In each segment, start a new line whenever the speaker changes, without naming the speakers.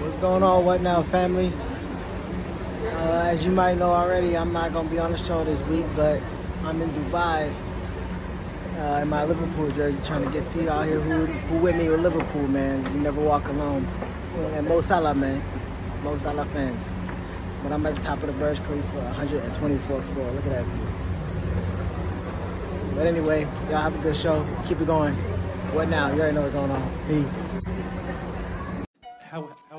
What's going on? What now, family? Uh, as you might know already, I'm not going to be on the show this week, but I'm in Dubai uh, in my Liverpool jersey trying to get see out here who, who with me with Liverpool, man. You never walk alone. And Mo Salah, man. Mo Salah fans. But I'm at the top of the Burj Khalifa, 124th floor. Look at that view. But anyway, y'all have a good show. Keep it going. What now? You already know what's going on. Peace.
How, how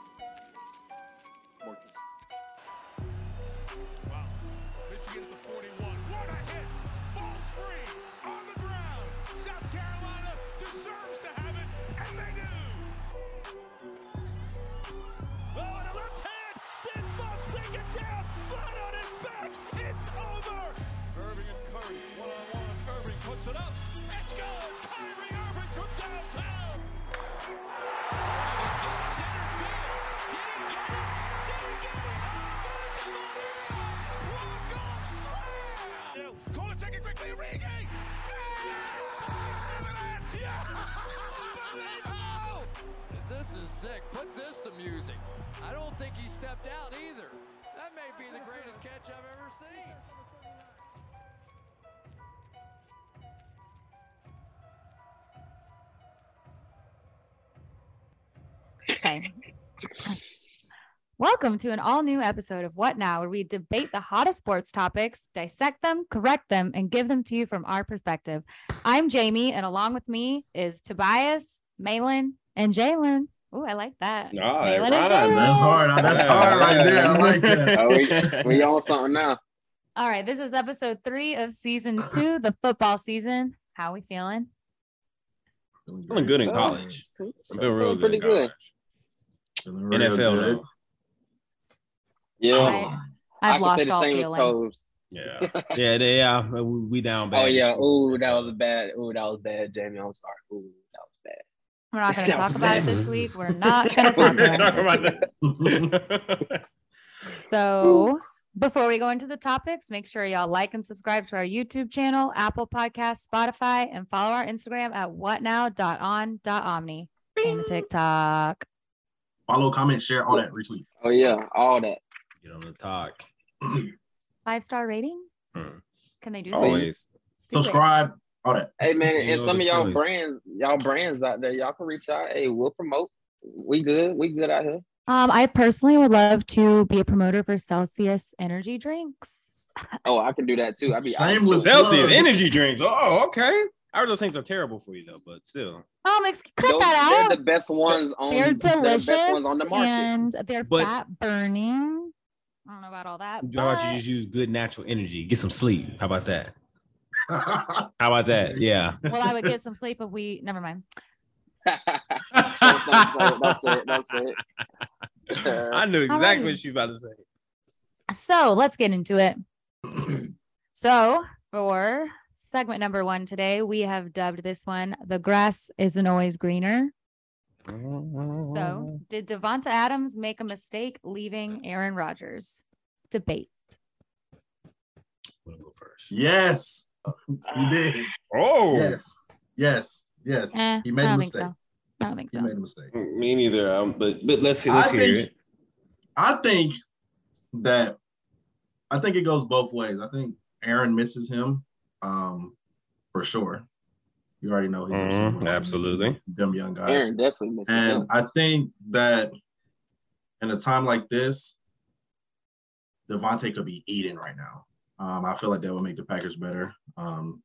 Marcus.
Wow. Michigan at the 41. What a hit! Ball free on the ground. South Carolina deserves to have it, and they do. Oh, and a left hand sends Fonseca down, flat on his back. It's over. Irving and Curry, one on one. Irving puts it up. It's good. Kyrie Irving from downtown.
This is sick. Put this to music. I don't think he stepped out either. That may be the greatest catch I've ever seen.
Okay. Welcome to an all new episode of What Now, where we debate the hottest sports topics, dissect them, correct them, and give them to you from our perspective. I'm Jamie, and along with me is Tobias, Malin, and Jalen. Ooh, I like that.
Nah,
Malin
it
and Jalen.
rhymes.
That's hard. That's hard right there. I like that.
Oh, we, we on something now.
All right, this is episode three of season two, the football season. How we feeling?
Feeling good
Oh,
in college. I'm feeling real Feeling good. pretty In good. college.
Feeling real
NFL
good.
now.
Yeah,
I,
Oh, I,
I've
can
lost
say the
all
same
feeling.
as Tobes.
Yeah, yeah, they are. We, we down bad.
Oh
this
yeah,
season.
ooh, that was a bad. Ooh, that was bad, Jamie. I'm sorry. Ooh, that was bad.
We're not going to
That
talk
was
about it
bad.
this week. We're not going to
That
talk
was
about it.
talk
this
about
week.
that.
So before we go into the topics, make sure y'all like and subscribe to our YouTube channel, Apple Podcasts, Spotify, and follow our Instagram at whatnow.on.omni and the TikTok.
Follow, comment, share, all that, retweet.
Oh yeah, all that.
Get on the talk.
Five star rating?
Hmm.
Can they do that?
Always.
Do it.
Subscribe, all that.
Hey man,
Ain't
and
no
some
other
of y'all
choice.
brands, y'all brands out there, y'all can reach out. Hey, we'll promote. We good. We good out here.
Um, I personally would love to be a promoter for Celsius energy drinks.
Oh, I can do that too. I be out.
Shameless.
Celsius
Love.
energy drinks. Oh, okay. I heard those things are terrible for you though, but still.
Um, ex- cut
Those,
that
they're
out.
the best ones on.
They're,
the
delicious
best ones on the market.
and they're
But-
fat burning. I don't know about all that.
How about
but-
you just use good natural energy? Get some sleep. How about that? How about that? Yeah.
well, I would get some sleep if we. Never mind.
that's it. That's it. That's it.
I knew
How about
exactly
you?
what she was about to say.
So let's get into it. So for segment number one today, we have dubbed this one "The Grass Isn't Always Greener."
Mm-hmm.
So, did Devonta Adams make a mistake leaving Aaron Rodgers? Debate.
I'm gonna go first.
yes, he did.
Oh,
Yes, yes, yes.
Eh,
he made
I
a
don't
mistake.
think so. I don't think
He
so.
made a mistake.
me neither. Um, but but let's see.
I
Let's hear
think-
it.
I think that I think it goes both ways. I think Aaron misses him, um, for sure. You already know he's upset
Mhm,
with
absolutely.
them young guys.
Aaron definitely missed
And
him.
I think that in a time like this, Devontae could be eating right now. Um, I feel like that would make the Packers better. Um,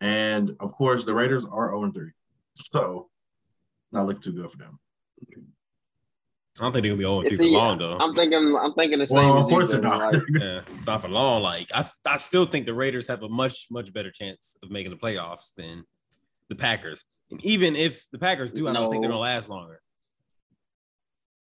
and of course, the Raiders are 0 3. So, not looking too good for them.
I don't think they're gonna be all
You
too
see,
long though.
um,
I'm thinking. I'm thinking the same.
Well,
as
of
you,
course they're
Jalen.
not.
Like,
yeah, not for long. Like I, I still think the Raiders have a much, much better chance of making the playoffs than the Packers. And even if the Packers do, I don't think they're
No.
gonna last longer.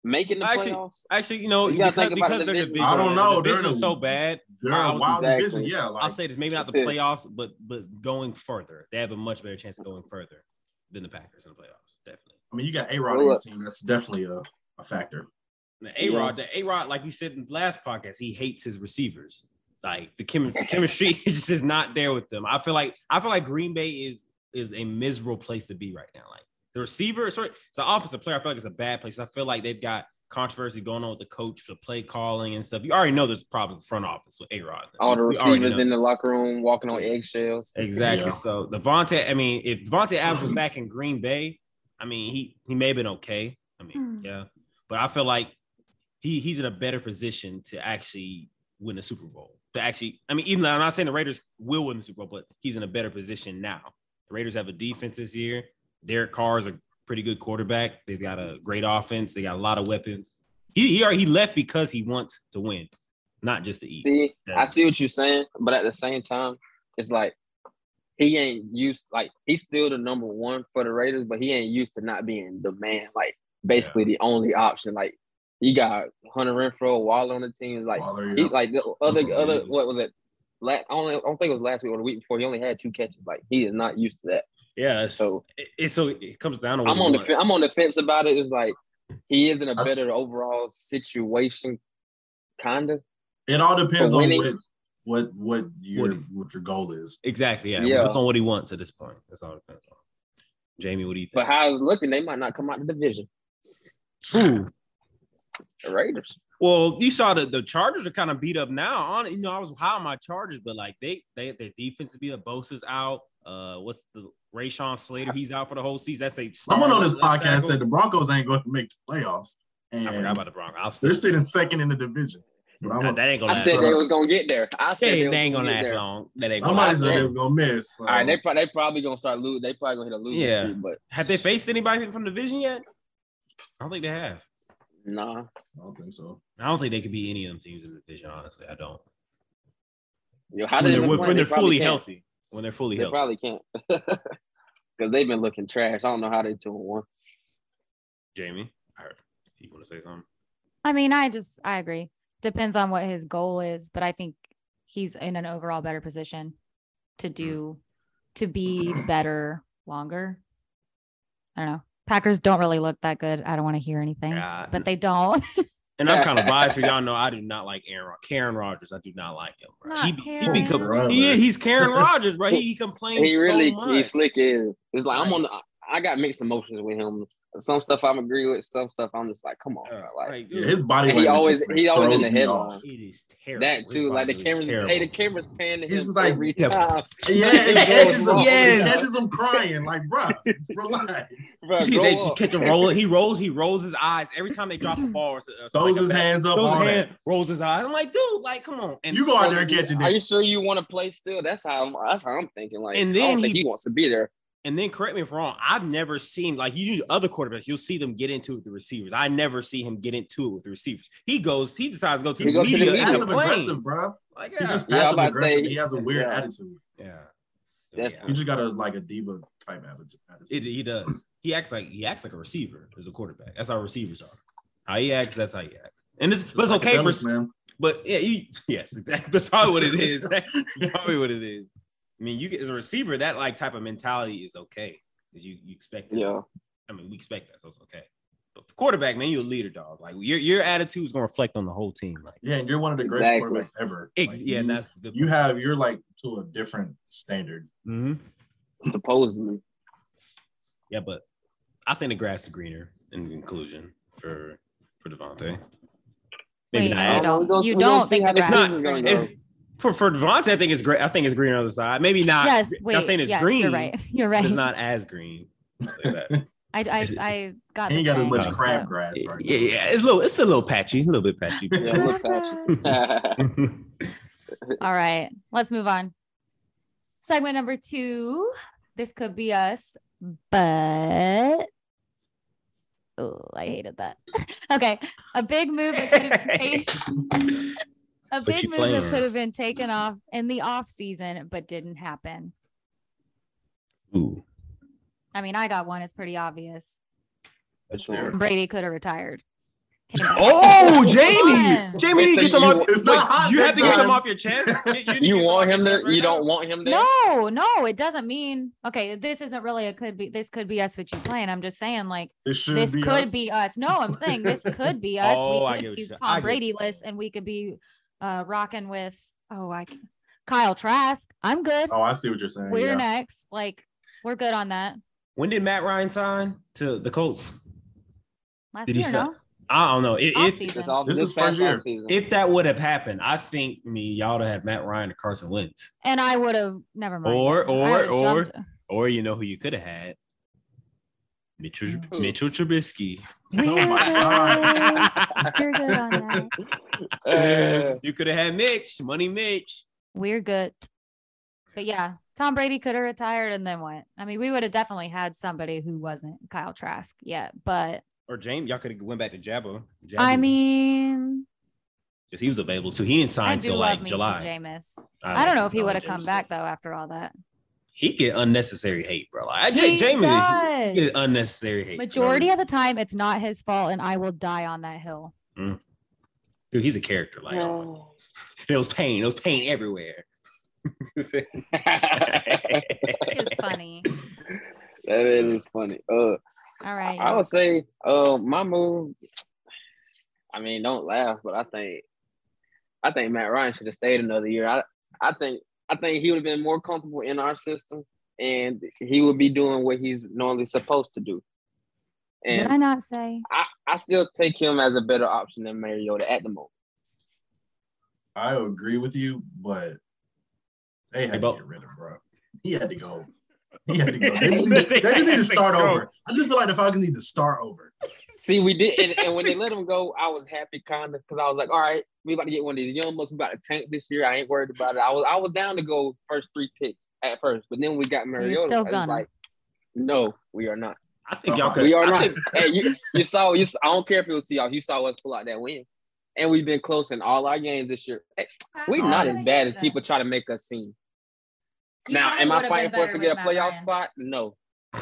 making the
Actually,
playoffs.
Actually, you know,
You gotta
because,
think about
because
the
their
division.
division,
I don't know.
the
They're in
division is
a-
so bad.
They're
I
a
was-
wild
Exactly.
division. Yeah. Like,
I'll say this: maybe not the
Yeah.
playoffs, but but going further, they have a much better chance of going further than the Packers in the playoffs. Definitely.
I mean, you got A Rod
Well,
on your
look.
team. That's definitely a, a factor.
A Rod, the A Rod, like we said in the last podcast, he hates his receivers. Like the, chem- the chemistry just is not there with them. I feel like I feel like Green Bay is is a miserable place to be right now. Like the receiver, sorry, it's an offensive player. I feel like it's a bad place. I feel like they've got controversy going on with the coach, the play calling and stuff. You already know there's problems in the front office with A Rod.
All the receivers in the locker room walking on eggshells.
Exactly.
Yeah.
So Devontae, I mean, if Devontae Adams was back in Green Bay, I mean, he he may have been okay. I mean,
Hmm.
yeah, but I feel like he he's in a better position to actually win the Super Bowl. To actually, I mean, even though I'm not saying the Raiders will win the Super Bowl, but he's in a better position now. The Raiders have a defense this year. Derek Carr is a pretty good quarterback. They've got a great offense. They got a lot of weapons. He he, already- he left because he wants to win, not just to eat.
See, I
That's-
see what you're saying, but at the same time, it's like he ain't used like he's still the number one for the Raiders, but he ain't used to not being the man, like basically the only option. Like you got Hunter Renfro, Waller on the team. It's like
Waller,
he
yeah.
like the other
Mhm.
other what was it? Last, I, only, I don't think it was last week or the week before. He only had two catches. Like he is not used to that.
Yeah, it's-
So
it, it- so it comes down to what
I'm
he
on the
wants.
fe- I'm on the fence about it. It's like he is in a
I-
better overall situation, kind of.
It all depends on
winning-
what what what your
Winning.
what your goal is.
Exactly. Yeah.
Yeah.
Look on what he wants at this point. That's all it depends on. Jamie, what do you
But
think?
how it's looking, they might not come out the division.
Ooh.
The Raiders.
Well, you saw the, the Chargers are kind of beat up now. On you know, I was high on my Chargers, but like they they their defense is beat up. Bosa's out. Uh, what's the Rayshon Slater? He's out for the whole season. That's they.
Someone on this
left
podcast
tackle.
said the Broncos ain't going to make the playoffs,
I forgot
and
about the Broncos. I'll
they're
still,
sitting second in the division. But I'm
that, that ain't gonna
I
last.
said they
long.
was gonna get there. I said
They,
was
they ain't gonna
get
last
there.
long. That ain't gonna
Somebody
last
said they
long.
were gonna miss. so-
All right, they, pro- they probably gonna start losing. They probably gonna hit a losing
Yeah.
streak, but
Have they faced anybody from the division yet? I don't think they have.
nah.
I don't think so.
I don't think they could be any of them teams in the division. Honestly, I don't.
Yo, how
when
did
they're,
they
when,
win?
when
They
they're
probably
fully
can't.
healthy. When they're fully
They
healthy.
probably can't because they've been looking trash. I don't know how they two and one.
Jamie, I heard you want to say something.
I mean, I just I agree. Depends on what his goal is, but I think he's in an overall better position
Hmm.
to do to be better longer. I don't know. Packers don't really look that good. I don't want to hear anything,
Yeah,
but they don't.
And I'm kind of biased because y'all know I do not like Aaron Rod- Karen Rodgers. I do not like him. Bro.
Not
He, be- he
Karen.
become, he is, he's Karen Rodgers, bro. He, he complains
He really
so
he
much.
slick is. It's like I'm
Right.
on. The, I got mixed emotions with him. Some stuff I'm agree with. Some stuff I'm just like, come on,
Uh,
bro. like
like,
Yeah,
dude,
his body
And
language.
he always-
just, like,
he always in
throws
the
me
headlines.
off.
it is terrible.
that too.
His
Like the Ah.
body
cameras.
is terrible.
Hey, the cameras pan to
He's
him
just like-
every
Yeah,
time.
Yeah,
It
it catches
goes
him.
yes.
It catches him crying. Like, bro, relax.
Bro,
You see,
grow
they
up.
catch him rolling. He rolls. He rolls his eyes every time they drop the ball. Or, uh,
Throws
like a
his
bat-
hands up.
Throws
all
his
that.
hand. Rolls his eyes. I'm like, dude, like, come on. And
You go out there and catch it.
Are you sure you want to play still? That's how I'm, that's how I'm thinking. Like,
And
I
then
don't think
he-
he wants to be there.
And then correct me if I'm wrong. I've never seen like you do other quarterbacks. You'll see them get into it with the receivers. I never see him get into it with the receivers. He goes. He decides to go to
He
the
goes to the
media and
media.
complains.
aggressive, bro.
Like
He's
yeah,
just
Yeah, I'm
passive
about to say-
aggressive. He has a weird
Yeah.
attitude.
yeah.
Yeah.
Yeah.
He just got a like a diva type attitude.
It, he does. He acts like he acts like a receiver as a quarterback. That's how receivers are. How he acts, that's how he acts. And it's, but it's okay for
Psychedelics, man.
But yeah, you, yes, exactly. That's probably what it is. That's probably what it is. I mean, you get- as a receiver, that like type of mentality is okay because you, you expect that.
Yeah.
I mean, we expect that, so it's okay. But for quarterback, man, you're a leader, dog. Like your your attitude is gonna reflect on the whole team. Like,
Yeah, and you're one of the greatest
Exactly.
quarterbacks ever.
it,
Like,
yeah,
you,
and that's the
you have you're like to a different standard.
Mhm.
Supposedly.
yeah. But I think the grass is greener. In conclusion, for for Devontae, maybe
Wait,
not.
I
I
at-
don't know. We gonna-
You
we gonna
don't
see
think
how
the
the
grass
season's
is
gonna
greener.
go.
It's- for for Devontae, I think it's great. I think it's green on the side. Maybe not.
yes,
I'm
wait.
not saying it's
yes,
green.
You're right. You're
but
right.
It's not as green. I'll say that.
I I,
it's-
I got.
He
the
ain't got as
saying
much
mixed up.
crabgrass right
Yeah, yeah, it's a little, it's a little patchy, a little bit patchy.
Yeah, look at you.
All right, let's move on. Segment number two. This could be us, but oh, I hated that. okay, a big move that could have been taken. A
But
big
you
move that
playing.
could have been taken off in the off season, but didn't happen.
Ooh,
I mean, I got one. It's pretty obvious.
that's
fair.
Brady could have retired. Came back.
Oh,
Come
Jamie,
on.
Jamie, you need to get some. Off,
It's not
wait,
hot
you have to
this
get some
time.
off your chest. need to get
You
some
want
off
him
your
there?
chest right
You
now?
don't want him there?
No, no, it doesn't mean okay. This isn't really a could be. This could be us. What you playing? I'm just saying, like
It should
this
be
could
us.
be us. No, I'm saying this could be us.
Oh, I
we
get
could
what
be
you're saying. I
Tom
get-
Brady list, and we could be uh, rocking with Oh, I can. Kyle Trask. I'm good.
Oh, I see what you're saying.
we're
yeah.
next. Like we're good on that.
When did Matt Ryan sign to the Colts?
Last
Did he
year,
sign-
no?
I don't know. If
Off
if,
season.
This, off,
This
this
is first
past
year.
offseason.
if that would have happened, I think I mean y'all to have Matt Ryan or Carson Wentz,
And I would have never mind.
Or-
Oh I
or-
would've
or-
jumped.
or you know who you could have had. Mitchell
Who?
Mitchell Trubisky.
Oh
Weirdo.
my God.
You're good on that.
Uh,
you could have had Mitch, Money Mitch.
We're good. But yeah, Tom Brady could have retired and then what? I mean, we would have definitely had somebody who wasn't Kyle Trask yet. But
Or James, y'all could have went back to Jabba. Jabba.
I mean,
because he was available too. He didn't
I
sign
do
till
love
like
me some
July.
Jameis. I don't know if he would have come back
though.
though after all that.
He get unnecessary hate, bro. Like I
He
get Jameis,
does.
he get unnecessary hate. for no
Majority
reason.
of the time, it's not his fault, and I will die on that hill.
dude, he's a character. Like oh my- it was pain. It was pain everywhere.
that
It's funny.
is funny. Uh,
All
I-
right.
I would say uh, my move. I mean, don't laugh, but I think I think Matt Ryan should have stayed another year. I I think I think he would have been more comfortable in our system, and he would be doing what he's normally supposed to do.
Did
And
I not say?
I, I still take him as a better option than Mariota at the moment.
I agree with you, but they had
Bo-
to get rid of bro. He had to go. He had to go. They
He
just
said
need,
they
they just
had
need
to
to start
go.
over. I just feel like the Falcons need to start over.
See, we did, and, and when they let him go, I was happy, kind of, because I was like, "All right, we about to get one of these young bucks. We about to tank this year. I ain't worried about it." I was, I was down to go first three picks at first, but then we got Mariota.
still
I was
gunning.
like, "No, we are not.
I think y'all could.
We are
I
not."
think-
hey, you, you saw, you. saw- I don't care if it was Seahawks. You saw us pull out that win, and we've been close in all our games this year. Hey, we're not as bad as people try to make us seem.
You
now,
probably
am I
would've
fighting
been
for us to
better
get a
with Matt
playoff
Ryan.
spot? No.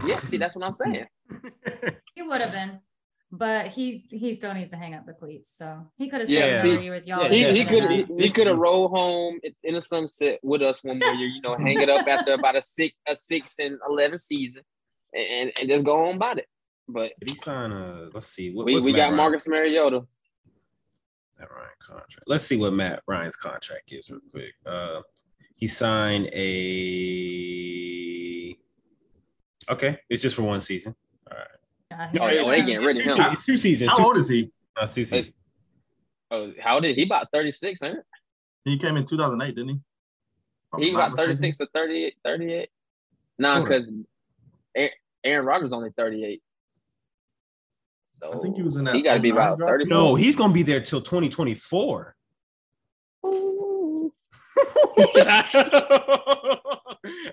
Yeah, see, that's what I'm saying.
He would have been, but he he still needs to hang up the cleats, so he could have
stayed
Yeah.
another
year with
y'all. Yeah,
he, he could
definitely.
he, he could have rolled home in- in the sunset with us one more year. You know, hang it up after about a six a six and eleven season, and and just go on about it. But
Did he sign a? Let's see. What,
we,
what's
we
Matt
got
Ryan-
Marcus Mariota.
Matt Ryan contract. Let's see what Matt Ryan's contract is real quick. Uh, he signed a. Okay, it's just for one season. All right.
Oh, yeah, well, they getting rid of
It's two
him.
se- it's two seasons.
How
Two,
old is he?
no, it's two seasons.
Oh, how did he about thirty six? Huh?
He came in 2008, didn't he? If
He
I'm not
about thirty six
mistaken.
to 38, 38. Nah,
Hold on.
because Aaron Rodgers only thirty eight. So
I think he was in that.
He gotta be
09
about
draft.
30.
No, he's gonna be there till 2024.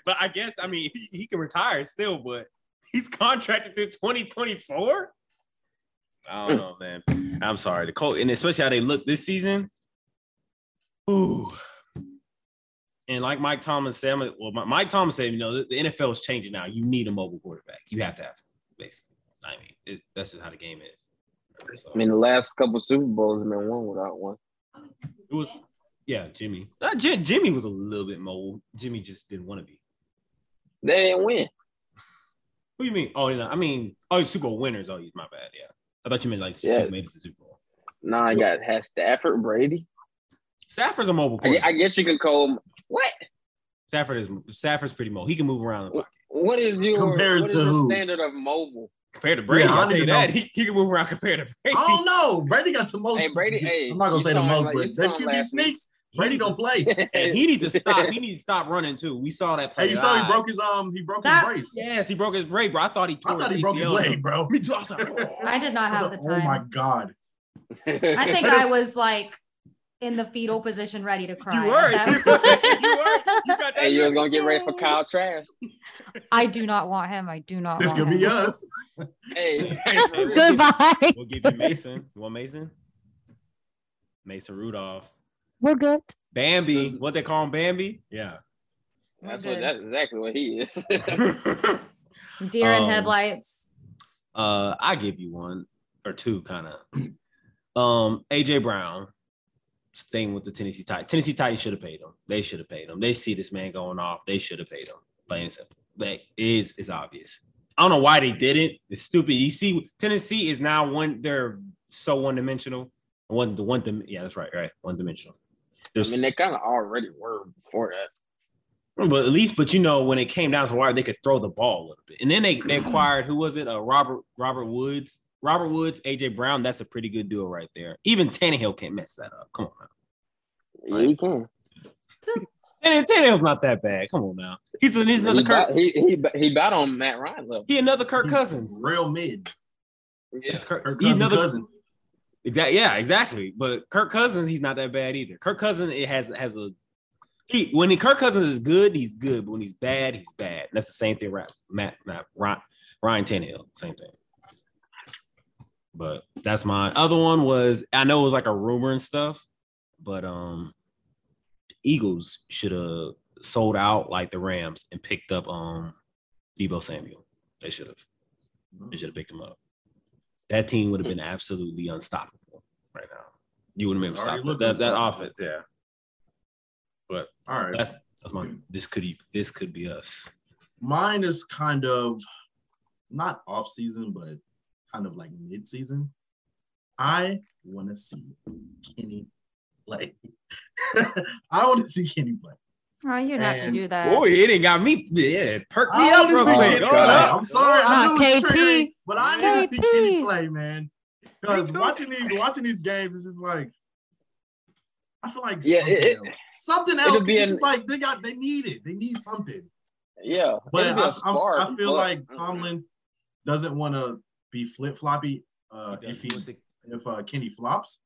but I guess I mean he, he can retire still, but he's contracted through 2024. I
Hmm.
don't know, man. I'm sorry. The Colts, and especially how they look this season. Ooh. And like Mike Thomas said, I'm a- well, Mi- Mike Thomas said, you know, the, the NFL is changing now. You need a mobile quarterback. You have to have one, basically. I mean, it, that's just how the game is. So-
I mean, the last couple Super Bowls have been won without one.
it was, yeah, Jimmy. Uh, Jim, Jimmy was a little bit mobile. Jimmy just didn't want to be.
They didn't win.
What do you mean? Oh, you know, I mean, oh, you're Super Bowl winners. Oh, my bad. Yeah, I thought you meant like just
Yeah.
people made it to Super Bowl.
Nah, I got has Stafford, Brady.
Stafford's a mobile
I, gue-
quarterback.
I guess you could call him what?
Stafford is Stafford's pretty mobile. He can move around. the pocket.
What is your
Compared
what is
to
your
who?
standard of mobile?
Compared to Brady,
Yeah, I
I'll tell
need
you
to
that
know.
he, he can move around compared to Brady.
I don't know. Brady got the most.
Hey, Brady, hey,
I'm not gonna
you
say the
saw him
most,
like- you
but
saw
they
him
QB
last week.
sneaks. Brady don't play.
And he need to stop. He needs to stop running too. We saw that play.
Hey, you saw he
live.
broke his um. He broke his
That-
brace.
Yes, he broke his brace, bro. I thought he tore
I thought
his
he broke his
ACL.
leg, bro.
Me too. I was like, oh.
I did not
I
have
was
the
like, oh my
time.
god.
I think I was like in the fetal position, ready to cry.
You were.
at
You
that
were.
point.
You were. You got that.
Hey, you was gonna get ready for Kyle Trash.
I do not want him. I do not.
This
want
could
him.
be us.
Hey,
Goodbye.
We'll give you Mason. You want Mason? Mason Rudolph.
We're good.
Bambi. What they call him Bambi? Yeah.
That's
We're
what
good.
that's exactly what he is.
Deer in
Um,
headlights.
uh, I give you one or two, kind of. Um, AJ Brown staying with the Tennessee Titans. Tennessee Titans should have paid him. They should have paid him. They see this man going off. They should have paid him. Plain and simple. That is is obvious. I don't know why they didn't. It's stupid. You see, Tennessee is now one. They're so one dimensional. One the one. Dim- yeah, that's right. Right. One dimensional.
I
There's,
mean, they kind of already were before that.
but at least, but you know, when it came down to the wire, they could throw the ball a little bit. And then they, they acquired who was it? Uh, Robert Robert Woods, Robert Woods, AJ Brown. That's a pretty good deal right there. Even Tannehill can't mess that up. Come on now.
Yeah, you can.
And Tannehill's not that bad. Come on now. He's an, he's another
he,
Kirk.
bought, he he ba- he bought on Matt Ryan level.
He another Kirk Cousins.
Real mid.
Yeah.
It's Kirk,
Her
he
cousin,
another
cousin.
Exactly. Yeah, exactly. But Kirk Cousins, he's not that bad either. Kirk Cousins, it has has a he, when he, Kirk Cousins is good, he's good. But when he's bad, he's bad. And that's the same thing. Right, Matt, Matt Ryan, Ryan Tannehill, same thing. But that's my other one was I know it was like a rumor and stuff, but um, Eagles should have sold out like the Rams and picked up um Debo Samuel. They should have. They should have picked him up. That team would have been absolutely unstoppable right now. You would have been
Already
unstoppable.
looked
That, that
unstoppable.
offense, yeah. But
All right.
that's that's my. This could be this could be us.
Mine is kind of not off season, but kind of like mid season. I want to see Kenny play. I want to see Kenny play.
Oh, you're not to
And-
do that.
Boy, it ain't got me. Yeah, perk me
Uh, I
up
wanna
real
see
quick.
Kenny
Oh,
Hold
God.
play.
up.
I'm sorry. I
Nah,
know it's
KP.
triggering, but I need to see
KP.
Kenny play, man. Because
too.
watching these, watching these games is just like, I feel like
Yeah,
something
it- it-
else. Something
it'll
else.
be
It's
an-
just like they got, they need it. They need something.
Yeah, it'd
But
be
I,
a
I'm-
spark,
I feel
but-
like Tomlin doesn't want to be flip floppy uh,
He does.
if
He
he
wants to-
if uh, Kenny flops.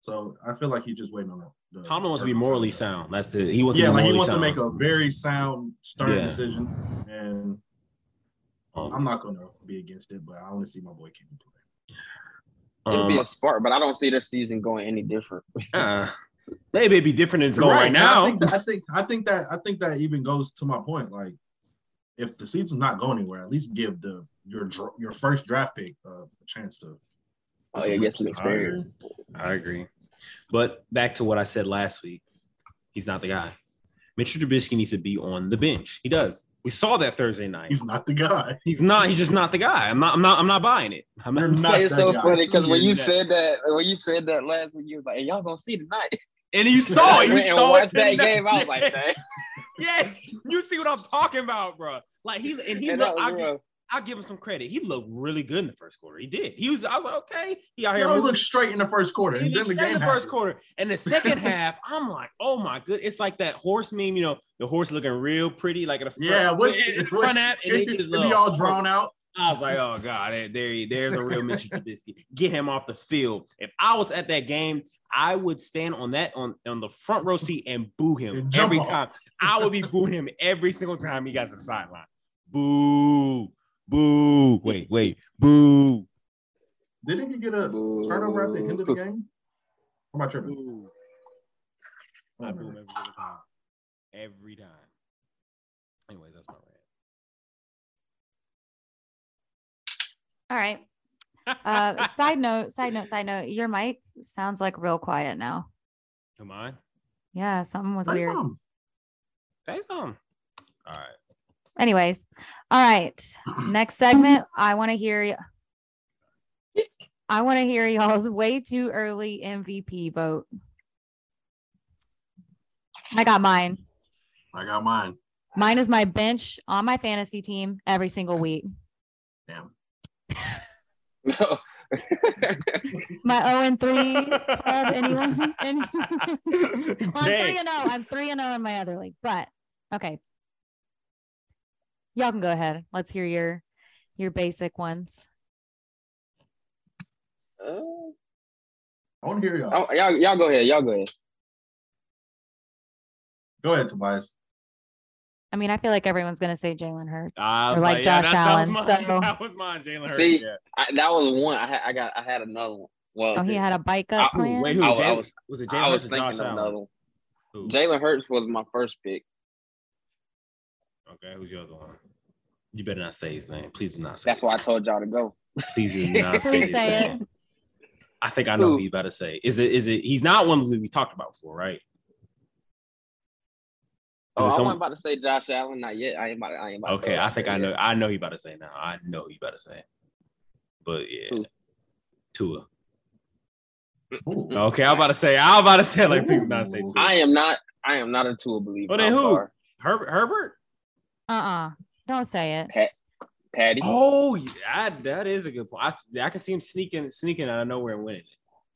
So I feel like he's just waiting on that. the-
Tomlin wants to be morally sound. That's it. He wants
uh, Yeah,
to be
like he
morally
wants
sound.
to make a very sound, stern
Yeah.
decision, and I'm
Um,
not going to be against it. But I want to see my boy Kenny play.
it'll be
uh,
um,
a spark, but I don't see their season going any different. Oh,
uh, maybe it'd be different than it's going right,
and
now.
I think, that, I think I think that I think that even goes to my point. Like, if the season's not going anywhere, at least give the your dr- your first draft pick uh, a chance to.
Oh, yeah, get some experience.
I agree. But back to what I said last week, he's not the guy. Mitchell Trubisky needs to be on the bench. He does. We saw that Thursday night.
He's
He's,
not the guy.
not. He's just not the guy. I'm not. I'm not. I'm not buying it. I'm not,
You're not
It's so
that guy.
funny because when
You're
you
that-
said that, when you said that last week, you was like, "Hey, "Y'all gonna see tonight."
And you saw it. You
and
saw it
watch that
tonight.
game. I was like, "Dang."
Yes, you see what I'm talking about, bro. Like he and he.
And that
looked, I,
was
give,
real.
I give him some credit. He looked really good in the first quarter. He did. He was. I was like, okay. He out
He
here.
always
moving.
looks straight in the first quarter.
He
And then
looked
the
straight
game
in the
happens.
first quarter. And the second half, I'm like, oh my good. It's like that horse meme, you know, the horse looking real pretty, like in the front,
Yeah, what's-
in the front half, and they get
It'd be all drawn out.
I was like, oh god, there, there he- there's a real Mitchell Trubisky. Get him off the field. If I was at that game, I would stand on that on, on the front row seat and boo him
And jump
every
off.
time. I would be booing him every single time he got to the sideline. Boo, boo. Wait, wait, boo.
Didn't he get a
Boo.
turnover at the end of the game? Or am I tripping?
Boo.
I
I
don't
boo him
remember.
every single time. Every time. Anyway, that's my rant.
All right. Uh, side note, side note, side note. Your mic sounds like real quiet now.
Come on.
Yeah, something was
Say
weird.
something.
Say something. All right.
Anyways, all right. Next segment, I want to hear you. I want to hear y'all's way too early MVP vote. I got mine.
I got mine.
Mine is my bench on my fantasy team every single week.
Damn.
No.
My 0 and 3 club. Anyone? Any- Well, I'm
Dang.
three and zero. I'm three and zero in my other league. But okay, y'all can go ahead. Let's hear your your basic ones.
Uh,
I want to hear y'all.
oh, y'all, y'all go ahead. Y'all go ahead.
Go ahead, Tobias.
I mean, I feel like everyone's gonna say Jalen Hurts
I
or
was
like,
yeah,
Josh
that- that was
Allen.
mine.
So,
that was mine, Jalen Hurts.
See,
yeah.
I, that was one. I, had- I got. I had another one. Well,
oh, he had a bike
I-
up plan.
wait, who?
I was- I
Jalen- was,
was-
it
I
Jalen
was
Hurts or
thinking
Josh
of another
Allen?
one.
Who?
Jalen Hurts was my first pick.
okay, who's your other one? You better not say his name. Please do not say.
That's
his
why I
name.
told y'all to go.
Please do not say
Please
his
say it.
name. I think I know
Who?
who you're about to say. Is it? Is it? He's not one we talked about before, right?
Oh, I
it
wasn't
someone-
about to say Josh Allen. Not yet. I ain't about. I ain't about to
Okay,
go
I think
there
I
yet.
know. I know you about to say now. I know you about to say, but yeah,
Who?
Tua.
Ooh.
Okay, I'm about to say, I'm about to say, like, please not say two.
Mm. I am not. I am not a Tua believer.
Well, then
I'm
who?
sorry.
Herbert. Herbert.
Uh uh-uh. uh. do not say it.
Patty.
Oh, yeah, I, that is a good point. I, I can see him sneaking, sneaking out of nowhere and winning.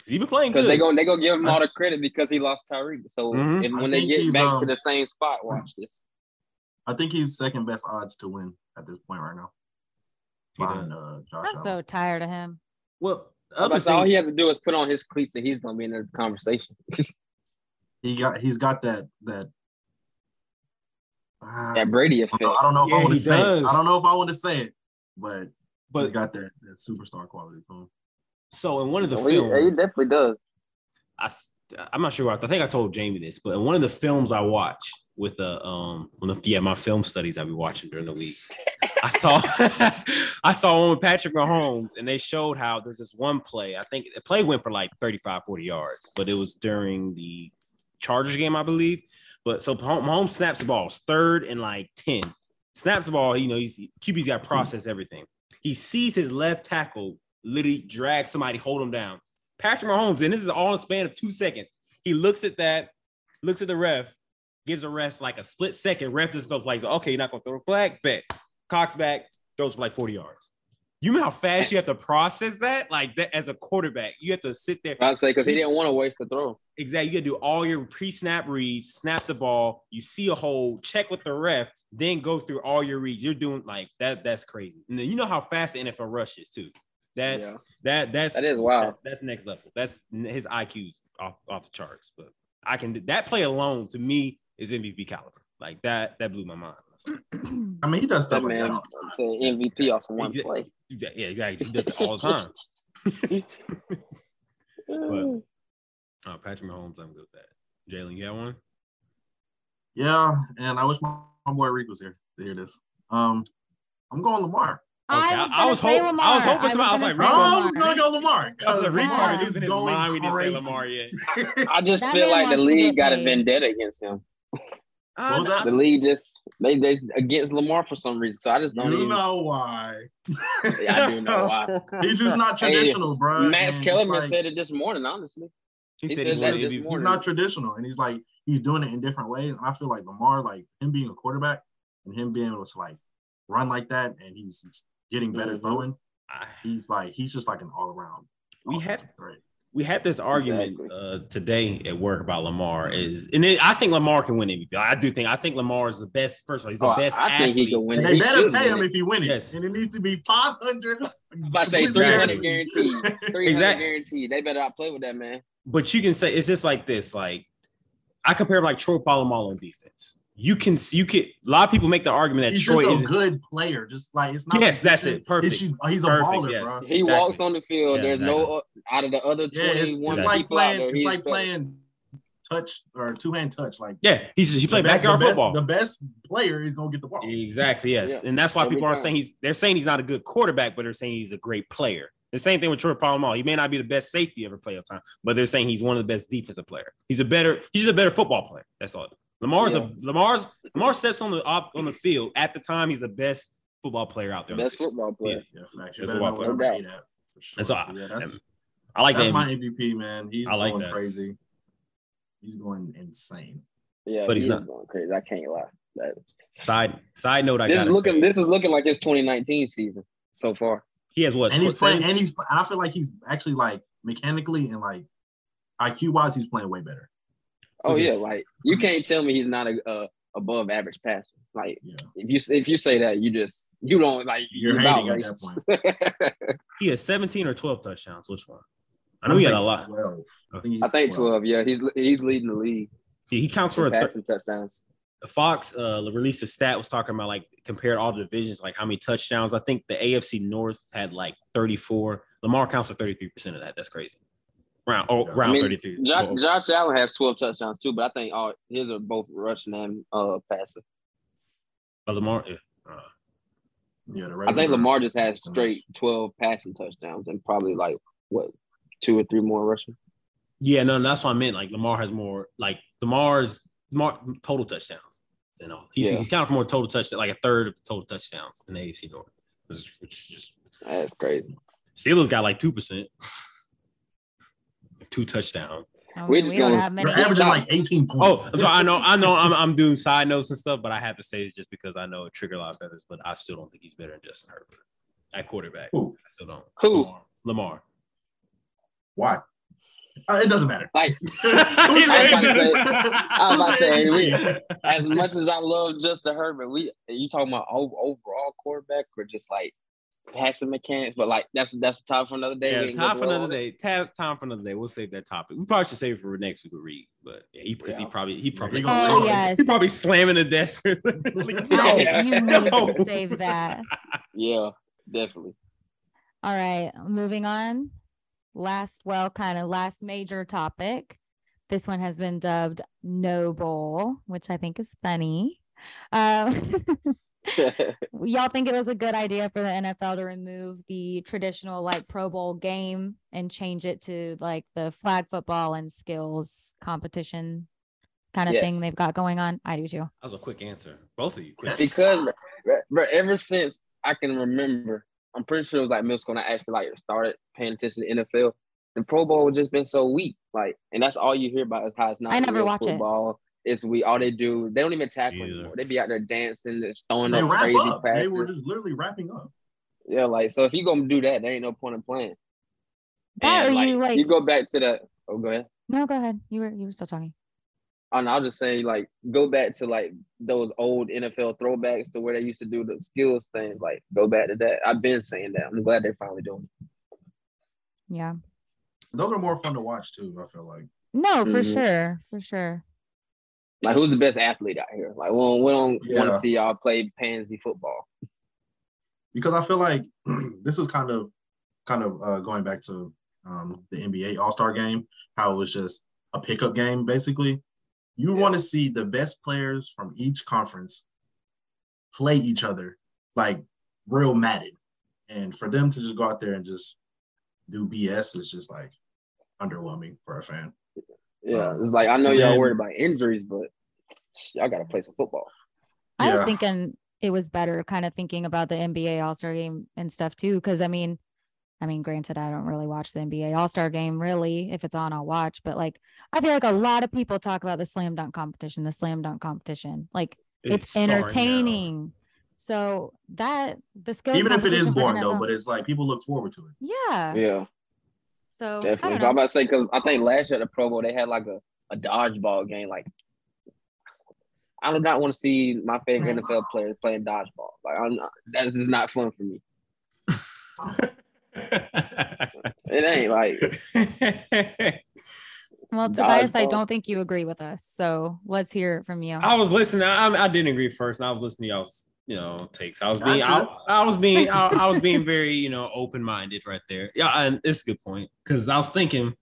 Cause he been playing good.
Because they gonna they gonna give him all the credit because he lost Tyreek. So
Mhm.
and
I
when they
think
get
he's,
back to
um,
the same spot, watch this.
I think he's second best odds to win at this point right now.
He
Behind,
done.
uh, Josh
I'm so
Oh.
Allen.
tired of him.
well, the
But
other
so all
thing,
he has to do is put on his cleats and he's gonna be in the conversation.
He got he's got that that. Ah,
that Brady
I
effect.
don't know- I don't know if
Yeah,
I want
he
to say. It.
does.
I don't know if I want to say it, but, he
but
got that that superstar quality to him.
so in one of the
Well, he, he
films,
definitely does.
I, th- I'm not sure. I think I told Jamie this, but in one of the films I watch with uh, um one of yeah my film studies I be watching during the week. I saw I saw one with Patrick Mahomes, and they showed how there's this one play. I think the play went for like 35, 40 yards, but it was during the Chargers game, I believe. But so Pah- Mahomes snaps the ball, it's third and like 10. Snaps the ball, you know, he's QB's got to process everything. He sees his left tackle literally drag somebody, hold him down. Patrick Mahomes, and this is all in a span of two seconds. He looks at that, looks at the ref, gives a ref like a split second. Ref just goes like, okay, you're not gonna throw a flag, bet. Cox back, throws for like 40 yards. You know how fast you have to process that? Like that as a quarterback, you have to sit there.
I say because he didn't want to waste the throw.
Exactly. You gotta do all your pre-snap reads, snap the ball, you see a hole, check with the ref, then go through all your reads. You're doing like that. That's crazy. And then you know how fast the NFL rushes too. That
yeah.
that that's
That is wild.
that's next level. That's his IQ's off off the charts. But I can that play alone to me is MVP caliber. Like that that blew my mind. I was like,
I mean, he does
That
stuff like that.
man
all the time.
said MVP off of one
Exa-
play.
exa- Yeah, exactly. He does it all the time. But- Oh, Patrick Mahomes, I'm good with that. Jalen, you got one?
Yeah, and I wish my, my boy Reek was here to hear this. Um, I'm going Lamar.
Okay,
I, was
I- I
gonna
was
say
hoping- I
Lamar.
was hoping somebody- I was
gonna
like,
say
Ron,
Oh,
Lamar.
I'm gonna go Lamar.
I was like, Reed
Lamar
Carter
is
losing his mind. We didn't say Lamar yet.
I just
That
feel
man
like the
wants to get
league got a
paid.
vendetta against him.
What was
Uh,
that?
The league just they they against Lamar for some reason. So I just don't
You
even.
know why?
Yeah, I do know why.
He's just not
Hey,
traditional, bro. and
Max
it's
Kellerman
like-
said it this morning. Honestly,
He,
He
said,
said
he
that
wanted
this
to be-
morning.
he's not traditional, and he's like he's doing it in different ways. And I feel like Lamar, like him being a quarterback and him being able to like run like that, and he's he's getting better
Mm-hmm.
Mhm.
throwing.
I-
He's like he's just like an all around.
We had- we had this argument uh, today at work about Lamar is, and it, I think Lamar can win MVP. I do think I think Lamar is the best. First of all, he's the
Oh,
best.
I think he
athlete.
could win.
And
it.
they
He
better
should
pay him
win it.
if he wins it,
Yes.
and it needs to be five hundred.
I'm about to say
Completely
300
guaranteed.
guaranteed. 300
Exactly.
guaranteed. They better not play with that man.
But you can say it's just like this. Like I compare him like Troy Polamalu on defense. You can see you could. A lot of people make the argument that
he's
Troy
just a
is
good player. Just like it's not.
Yes, that's
position.
it. Perfect.
It's you- he's a
Perfect,
baller,
yes.
bro.
He
Exactly.
walks on the field.
Yeah,
There's no out of the other
Yeah, it's, it's
21
Exactly.
like
people out
playing.
there.
It's
he's
like
better.
playing touch or two hand touch. Like
yeah. He's he
the
played
be-
backyard
the best,
football.
The best player is gonna get the ball.
Exactly. Yes,
Oh, Yeah,
and that's why
every
people are
time.
saying he's. They're saying he's not a good quarterback, but they're saying he's a great player. The same thing with Troy Polamalu. He may not be the best safety ever play of time, but they're saying he's one of the best defensive player. He's a better. He's just a better football player. That's all. Lamar's
Yeah.
a Lamar's Lamar steps on the op, on the field at the time. He's the best football player out there. on the
Best
field.
football player.
Yes.
Yeah, facts.
That's
You better
what I
know
thought.
what
No
I'm made at. for sure.
That's all.
Yeah, that's,
I like
that's
that.
my MVP, man. He's
I like
going
that.
crazy. He's going insane.
Yeah,
But he's
he is
not.
going crazy. I can't lie. That-
side side note. I
this is
got
looking. This is looking like his 2019 season so far.
He has what?
And
12
he's playing.
seven?
And he's. And I feel like he's actually like mechanically and like IQ wise, he's playing way better.
Oh
Was
yeah,
this-
like you can't tell me he's not a, a above average passer. Like
Yeah.
if you if you say that, you just you don't like
You're
about
hating at
racist.
he has seventeen or twelve touchdowns. Which one? I know he had a lot.
12. I think, he's
I think
12.
12. Yeah, he's he's leading the league
He he counts for
in
a thir-
passing touchdowns.
Fox uh, released a stat was talking about like compared all the divisions, like how many touchdowns. I think the AFC North had like 34. Lamar counts for 33 percent of that. That's crazy. Round oh,
Yeah. I
round
mean,
33.
Josh
Well,
Josh Allen has 12 touchdowns too, but I think all his are both rushing and uh passing.
but Lamar. yeah, uh,
Yeah, the
I
Ravens
think
are-
Lamar just has straight 12 passing touchdowns and probably like what two or three more rushing.
yeah, no, that's what I meant. Like Lamar has more. Like Lamar's Lamar, total touchdowns. You know, he's,
Yeah.
he's counting for more total touchdowns, like a third of the total touchdowns in the AFC North. Which is- which is just
That's crazy.
Steelers got like two percent. two touchdowns.
I mean,
We're just
don't
gonna-
have
They're
many.
average-
averaging like 18
Oh,
points.
so I know, I know, I'm, I'm doing side notes and stuff, but I have to say it's just because I know it triggered a lot of feathers, but I still don't think he's better than Justin Herbert at quarterback.
Who?
I still don't.
Who?
Lamar. Lamar.
Why? Uh, it doesn't matter.
Like,
Who's
about to say- I was
I
about to say, we, as much as I love Justin Herbert, we you talking about o- overall quarterback or just like passing mechanics? But like that's that's a topic for another day. We
Yeah,
can
time
go
for
through all
another
that.
day. Ta- time for another day. We'll save that topic. We probably should save it for next week with Reed, but yeah, he, 'cause he
Yeah.
probably he probably
he
gonna- Oh, yes.
he probably slamming the desk.
No,
Yeah.
you need
No.
to save that.
Yeah, definitely.
All right, moving on. Last, well, kind of last major topic. This one has been dubbed No Bowl, which I think is funny. Um, y'all think it was a good idea for the NFL to remove the traditional like Pro Bowl game and change it to like the flag football and skills competition kind of thing
Yes.
they've got going on? I do too.
That was a quick answer. Both of you. Quick.
because bro, bro, ever since I can remember, I'm pretty sure it was like middle school when I actually like started paying attention to NFL. The Pro Bowl has just been so weak, like, and that's all you hear about is how it's not.
I never
real
watch it.
football. It's we all they do. They don't even tackle
Me either.
anymore. They be out there dancing, just throwing
They
up
wrap
crazy
up.
passes.
They were just literally wrapping up.
Yeah, like so if you gonna do that, there ain't no point in playing.
That
And,
or you like,
you go back to that. Oh, go ahead.
no, go ahead. You were you were still talking.
And I'll just say like go back to like those old NFL throwbacks to where they used to do the skills thing. Like go back to that. I've been saying that. I'm glad they're finally doing it.
Yeah.
Those are more fun to watch too. I feel like
No, for
Mhm.
sure. For sure.
Like who's the best athlete out here? Like we don't, we don't want
Yeah.
to see y'all play pansy football.
because I feel like this is kind of kind of uh, going back to um, the NBA All Star Game, how it was just a pickup game basically. You
Yeah.
want to see the best players from each conference play each other like real matted, and for them to just go out there and just do BS is just like underwhelming for a fan.
Yeah,
Um,
it's like I know
and
y'all
then-
worried about injuries, but y'all gotta play some football.
I was
Yeah.
thinking it was better kind of thinking about the NBA All-Star game and stuff too cuz I mean I mean granted I don't really watch the NBA All-Star game really if it's on I'll watch but like I feel like a lot of people talk about the slam dunk competition the slam dunk competition like it's,
sorry, no.
entertaining so that the skill
Even if it is
competition for
boring though,
NFL
but it's like people look forward to it.
yeah.
Yeah.
so I
Definitely.
don't
But I'm
know.
about to say because I think last year at the Pro Bowl they had like a, a dodgeball game. Like, I do not want to see my favorite
Right.
NFL players playing dodgeball. Like, I'm not, that's just not fun for me. It ain't like
Well Tobias I
dodgeball.
don't think you agree with us so let's hear it from you.
I was listening. I, I didn't agree at first, and I was listening to y'all's you know takes. I was being I,
Gotcha.
I was being I, I was being very you know open minded right there. Yeah, and it's a good point because I was thinking.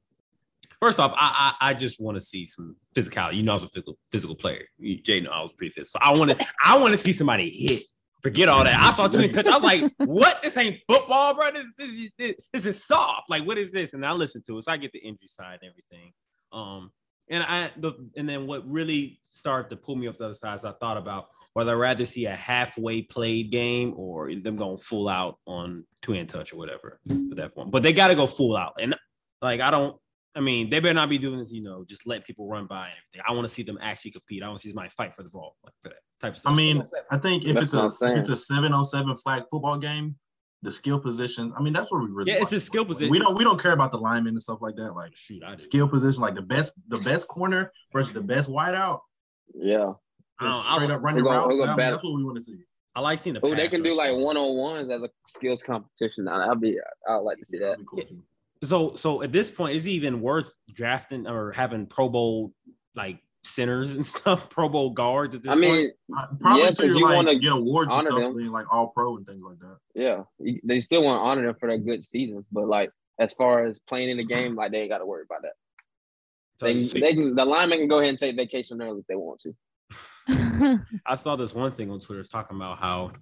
First off, I I, I just want to see some physicality. You know, I was a physical physical player. You, Jay, know I was pretty physical. So I want to I want to see somebody hit. Forget all that. I saw two touch. I was like, "What? This ain't football, bro. This, this, is- this, this is soft. Like, what is this?" And I listened to it, so I get the injury side and everything. Um, and I the, and then what really started to pull me off the other side is I thought about whether I'd rather see a halfway played game or them going full out on two hand touch or whatever at that point. But they got to go full out, and like I don't. I mean, they better not be doing this. You know, just let people run by and everything. I want to see them actually compete. I want to see somebody fight for the ball, like for that type of stuff.
I mean, I think if
That's
it's
what
a
I'm saying.
if it's a seven on seven flag football game, the skill positions. I mean, that's what we really.
yeah, it's
want.
a skill position.
We don't we don't care about the linemen and stuff like that. Like
shoot. I do.
skill position, like the best the best corner versus the best wideout.
yeah.
I don't-
Just
I
straight
don't-
up running
We're gonna-
routes.
we're gonna
I mean,
battle.
that's what we want to see.
I like seeing the.
Oh, they
pass
can do
rush,
like
though.
one on ones as a skills competition. I- I'll be I- I'd like to see that.
That'd be cool too.
So so at this point, is it even worth drafting or having Pro Bowl like centers and stuff, Pro Bowl guards at this
I mean,
point?
Uh, Probably
Yeah,
till
'cause
you
you
like,
wanna
get awards and
honor
stuff,
them.
being like all pro and things like that.
yeah, you- they still want to honor them for their good seasons, but like as far as playing in the game, like they ain't got to worry about that.
So
They,
you see-
they can, the linemen can go ahead and take vacation early if they want to.
I saw this one thing on Twitter it's talking about how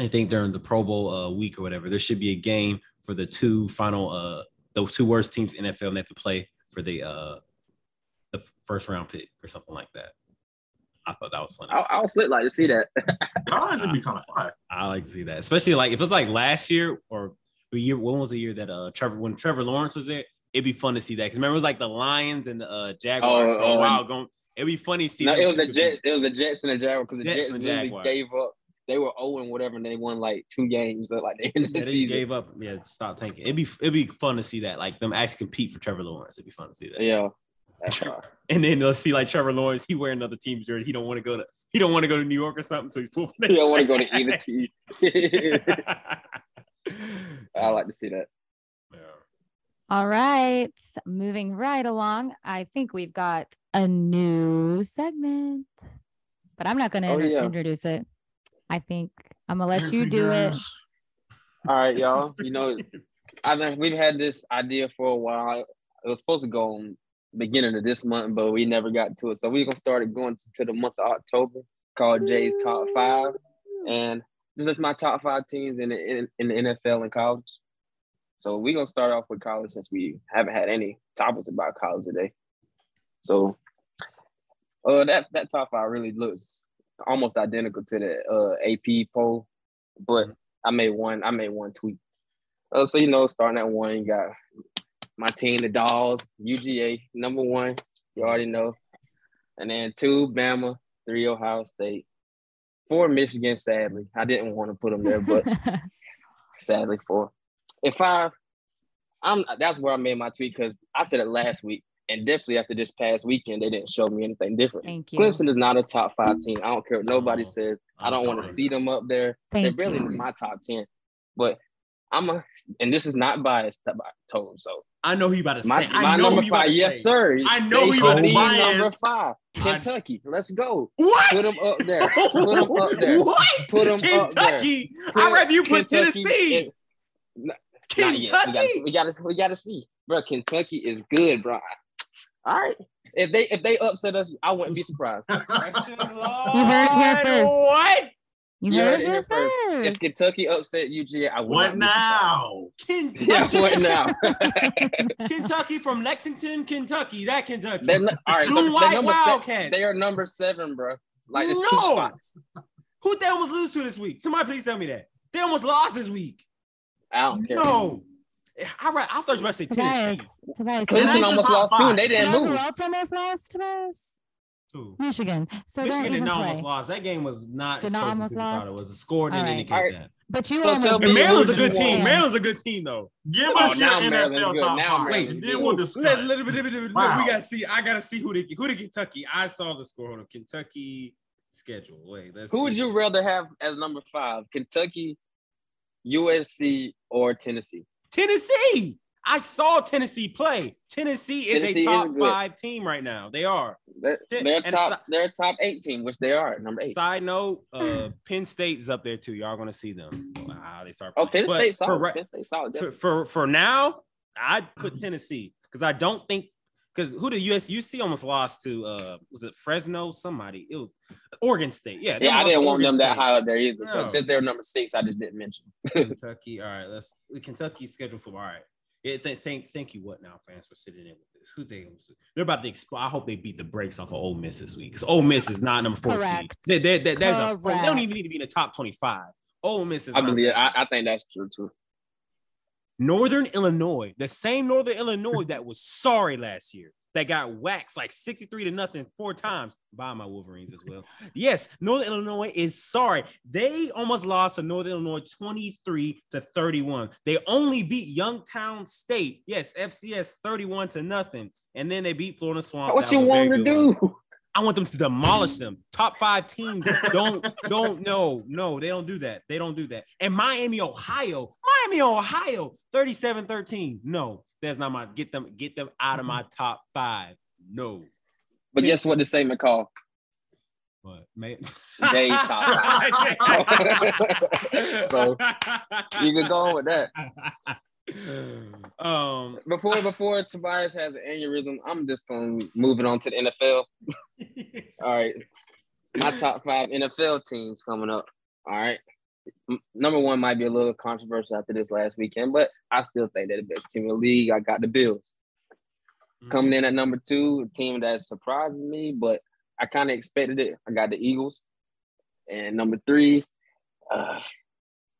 I think during the Pro Bowl uh, week or whatever, there should be a game for the two final uh those two worst teams in NFL and they have to play for the uh the f- first round pick or something like that. I thought that was funny.
I, I would slit like to see that.
That would actually be kind of fun.
I like to see that, especially like if it's like last year or the year. When was the year that uh Trevor when Trevor Lawrence was there? it'd be fun to see that. Because remember, it was like the Lions and the uh,
Oh,
Jaguars for
oh,
a while going. It'd be funny to see.
no,
those
it was
two
the
compete.
Jets. It was the Jets and the Jaguars because the
Jets
Jets,
and
really
Jaguars.
gave up. They were zero and whatever, and they won like two games at like the end
Yeah,
of the
they just
season.
gave up. Yeah, stop thinking. It'd be it'd be fun to see that. Like them actually compete for Trevor Lawrence. It'd be fun to see that.
yeah, that's
Trevor-
all.
And then let's see like Trevor Lawrence, he wearing another team jersey. He don't want to go to he don't want to go to New York or something. So he's pulling.
You don't want to go to either team. I like to see that.
All right. Moving right along. I think we've got a new segment, but I'm not going to
Oh, yeah.
introduce it. I think I'm going to let you do it.
All right, y'all. You know, I think we've had this idea for a while. It was supposed to go on beginning of this month, but we never got to it. So we're gonna start it going to the month of October, called Jay's Top Five, and this is my top five teams in the in, in the NFL and college. So we're gonna start off with college since we haven't had any topics about college today. So, uh, that that top five really looks almost identical to the uh, AP poll, but I made one. I made one tweet. Uh, so you know, starting at one, you got my team, the Dolls, UGA, number one. You already know, and then two, Bama, three, Ohio State, four, Michigan. Sadly, I didn't want to put them there, but sadly four. And five, I'm that's where I made my tweet because I said it last week, and definitely after this past weekend, they didn't show me anything different.
Thank you.
Clemson is not a top five team. I don't care what nobody
No.
says. I don't want to see them up there. They're
Thank
barely
you.
in my top ten. But I'm a, and this is not biased to my tone. So
I know who you about to
my,
say. I
my
know
number
who you about
five,
to
yes
say.
sir.
I know
They
who you about to
should
say.
be number
Biased.
five.
I-
Kentucky, let's go.
What?
Put them up there. Put them up there.
What?
Put them up there.
Kentucky.
Put
I'd rather you put
Kentucky
Tennessee.
in- Not
Kentucky.
yet. We gotta, we gotta, we gotta see, bro. Kentucky is good, bro. All right. If they if they upset us, I wouldn't be surprised.
You heard it here first.
What?
You
You
heard
heard
it
it here first. If
first.
Kentucky upset UGA, I would
What
not
now?
be surprised.
Kentucky.
Yeah, what now?
Kentucky from Lexington, Kentucky. That Kentucky.
They're not, all right, so
Blue
they're
White
number
Wildcats.
seven. They are number seven, bro. Like it's two
No.
spots.
Who they almost lose to this week? Somebody please tell me that. They almost lost this week.
I don't care.
No. I, re- I thought you were about to say Tennessee.
Tobias. Tobias.
Clemson
Clemson
ain't the
almost
top
lost two, and they
five.
You
didn't
know who
move.
else almost lost, Tobias?
Who?
Michigan. So don't
Michigan did
even
not
play.
almost lost. That game was not
Did
as
not
close
almost
as people thought it
lost?
was. The score didn't
All right.
indicate
All right.
that.
But you
So
almost
tell
And
me
beat
Maryland's a
who you
good
Michigan.
team.
want.
Maryland's a good team though.
Give
Oh,
us your
now Maryland's
NFL
good.
top
Now
five,
Maryland's
and
good.
then we'll
Let-
discuss.
let- let- let- let-
Wow.
we gotta see. I gotta see who the who the Kentucky. I saw the score on the Kentucky schedule. Wait, let's
Who would
see.
you rather have as number five? Kentucky, USC, or Tennessee?
Tennessee. I saw Tennessee play. Tennessee is
Tennessee
a
is
top
good.
five team right now. They are.
They're,
Ten-
they're
and
top.
so-
they're a top eight team, which they are at number eight.
Side note: uh, Penn State's up there too. Y'all gonna see them. Wow, they start.
Oh,
playing.
Penn
But
State
for
solid.
right-
Penn State solid.
for,
definitely.
for for now, I'd put Tennessee because I don't think because who the USUC almost lost to uh was it Fresno somebody it was Oregon State yeah they
Yeah, I
lost to
didn't want
Oregon
them that
State.
high up there either.
No.
But since they're number six, I just didn't mention.
Kentucky all right let's Kentucky scheduled for all right yeah, th- thank thank you what now fans for sitting in with this who they they're about to explode I hope they beat the brakes off of Ole Miss this week because Ole Miss is not number fourteen
Correct.
They, they, they- there's a they don't
Correct.
even need to be in the top twenty five Ole Miss is
I
not-
believe. I, I think that's true too.
Northern Illinois, the same Northern Illinois that was sorry last year, that got waxed like 63 to nothing four times by my Wolverines as well. Yes, Northern Illinois is sorry. They almost lost to Northern Illinois 23 to 31. They only beat Youngtown State, yes, FCS 31 to nothing. And then they beat Florida Swamp.
What
Oh, That
you
was a very
want to
good one.
do?
I want them to demolish them. Top five teams don't don't no no they don't do that. They don't do that. And Miami, Ohio, Miami, Ohio, 37-13. No, that's not my get them get them out of my
Mm-hmm.
top five. No.
But guess what? The same McCall.
But man.
They top So, You can go on with that.
um
Before before Tobias has an aneurysm, I'm just gonna move it on to the NFL. All right. My top five NFL teams coming up. All right. M- Number one might be a little controversial after this last weekend, but I still think they're the best team in the league. I got the Bills. Coming in at number two, a team that surprises me, but I kind of expected it. I got the Eagles. And number three, uh,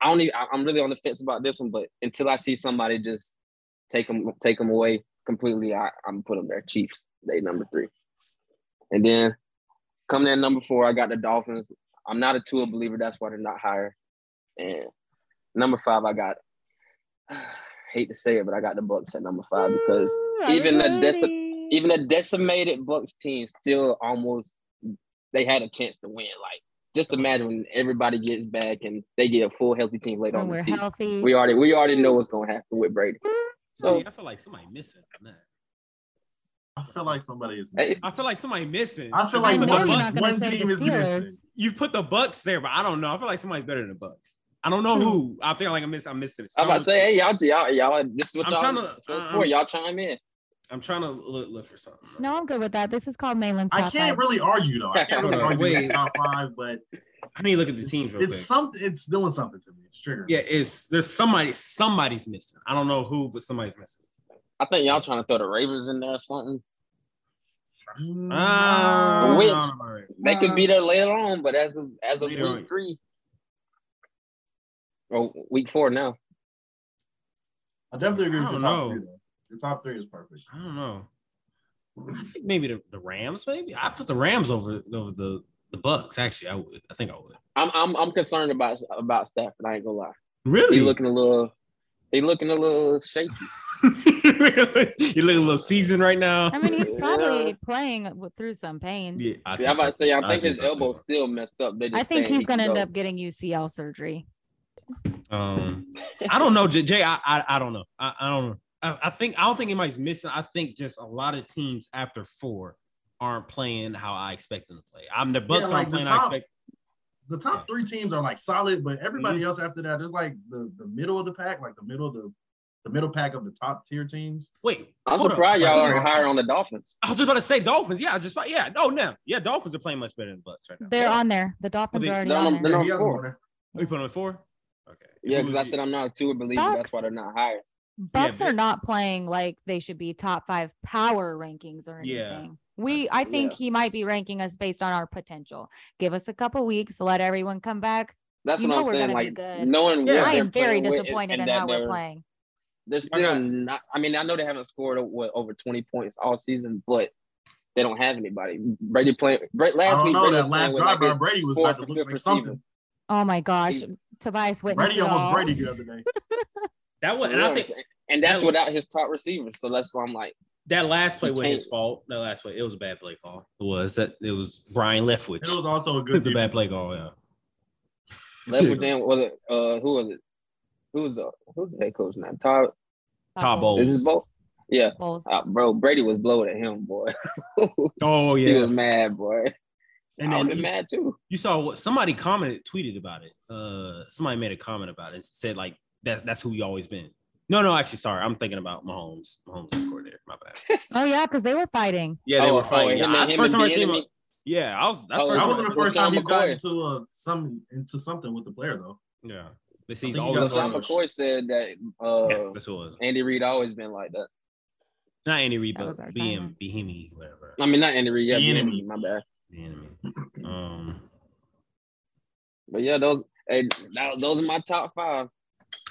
I don't even, I- I'm really on the fence about this one, but until I see somebody just take them, take them away, completely, I, I'm put them there. Chiefs, they number three. And then coming in number four, I got the Dolphins. I'm not a Tua believer. That's why they're not higher. And number five, I got. Hate to say it, but I got the Bucks at number five because
Ooh, I
even
was
the deci-
ready.
even a decimated Bucks team still almost they had a chance to win. Like just imagine when everybody gets back and they get a full healthy team later
when
on in
we're
the season.
healthy.
We already we already know what's gonna happen with Brady. So
I feel like somebody missing. on that.
I feel like somebody is.
Hey.
I feel like somebody missing.
I feel
You
like
I
put
know
the
you're
one-
Bucks-
not gonna
one
say the
team is
Steelers.
missing.
you put the Bucks there, but I don't know. I feel like somebody's better than the Bucks. I don't know who. I feel like I'm missing. I'm missing. it.
I'm about to say, hey y'all, y'all, y'all, this is what
I'm
y'all.
tryna-
this is what's
uh,
for.
I'm-
Y'all chime in.
I'm trying to look, look for something.
No, I'm good with that. This is called Malin's
I
top
can't
five.
really argue though. I can't really
Hold on,
argue
wait.
the top five, but
I need to look at the
it's,
teams real
it's
quick.
something. It's doing something to me. It's triggering.
yeah, it's there's somebody. Somebody's missing. I don't know who, but somebody's missing.
I think y'all trying to throw the Ravens in there or something.
Mm,
Ah,
Which-
no, no, no, no.
They
Uh-huh.
could be there later on, but as of as of
Later
week
on.
three, or week four now,
I definitely agree
I
with your
don't
top
know.
three though. Your top three is perfect.
I don't know. I think maybe the, the Rams. Maybe I put the Rams over over the the Bucks. Actually, I would. I think I would.
I'm I'm I'm concerned about about Stafford. I ain't gonna lie.
Really?
He looking a little. He looking a little shaky.
you look a little seasoned right now.
I mean, he's
Yeah.
probably playing w- through some pain.
yeah, I
I'm about to say. I think his
so, too.
elbow's still messed up. They just
I think
saying
he's
he
going to
can
end
go.
up getting UCL surgery.
Um, I don't know, J- Jay. I, I, I don't know. I, I don't know. I, I think I don't think anybody's missing. I think just a lot of teams after four aren't playing how I expect them to play. I'm the Bucks
like
aren't
the
playing.
top-
I expect.
The top three teams are like solid, but everybody
Mm-hmm.
else after that, there's like the, the middle of the pack, like the middle of the the middle pack of the top tier teams.
Wait,
I'm
hold up.
surprised y'all
Hold on.
aren't higher on the Dolphins.
I was just about to say Dolphins. Yeah, I just yeah. No, no, yeah. Dolphins are playing much better than Bucks right now.
They're on there. The Dolphins
they-
are already
they're
on
on-
there.
they're on-
He has
four.
more.
We put them at four. Okay.
Yeah,
Who
because
was
I
it?
said I'm not a Tua believer. That's why
Bucks.
they're not higher.
Bucks
but-
are not playing like they should be top five power rankings or
Yeah.
anything. We, I think
Yeah.
he might be ranking us based on our potential. Give us a couple weeks, let everyone come back.
That's
You
what
know
I'm
we're
saying.
gonna be
Like
good.
knowing
Yeah.
what
I
they're
am very
playing with and-
disappointed
and
in
that
how we're
they're-
playing.
They're
I
still
got-
not. I mean, I know they haven't scored what, over 20 points all season, but they don't have anybody. Brady playing. Brady,
I
last
don't
week,
know
Brady
that
was
last
playing with
drive
like
by
his-
Brady was
fourth
about to
and
look
fifth
like something.
receiver.
Oh my gosh,
He-
Tobias witnessed
Brady
it
almost
all.
Brady the other day.
that was, and
you know
I
what I'm
think
saying? And that's
that-
without his top receivers. So that's why I'm like,
that last play
You
was
can't-
his fault. That last play, it was a bad play call. It was that it was Brian Leftwich.
It was also a good.
It's a bad
defense.
play call. Yeah.
left with them. Was it? Uh, who was it? Who's the who's the head coach now? Todd
Todd
Bowles.
is this Bo? Yeah,
Bowles.
Uh, bro. Brady was blowed at him, boy.
Oh
He
yeah.
was mad, boy.
And
I
then
would
you-
mad too.
you saw what somebody commented, tweeted about it. Uh, somebody made a comment about it and said like that. That's who you always been. No, no, actually, sorry, I'm thinking about Mahomes. Mahomes is coordinator. My bad.
Oh yeah, because they were fighting.
Yeah, they
Oh,
were fighting.
oh, him
yeah,
and-
I,
him
first
and
time I seen him.
Bieniemy.
Yeah, I was. That's
Oh,
first.
That
time I
wasn't the
seen him.
first time he's
McCoy.
gotten into uh, some into something with the player though.
Yeah, but see, he's
I think
always.
he
So
got
Sean
George.
McCoy said that uh,
Yeah, that's what it was.
Andy Reid always been like that.
Not Andy Reid,
That was our
but BM Behemi, whatever.
I mean, not Andy Reid, yeah,
The
the
enemy.
my bad.
The enemy. Um,
But yeah, those hey, that, those are my top five.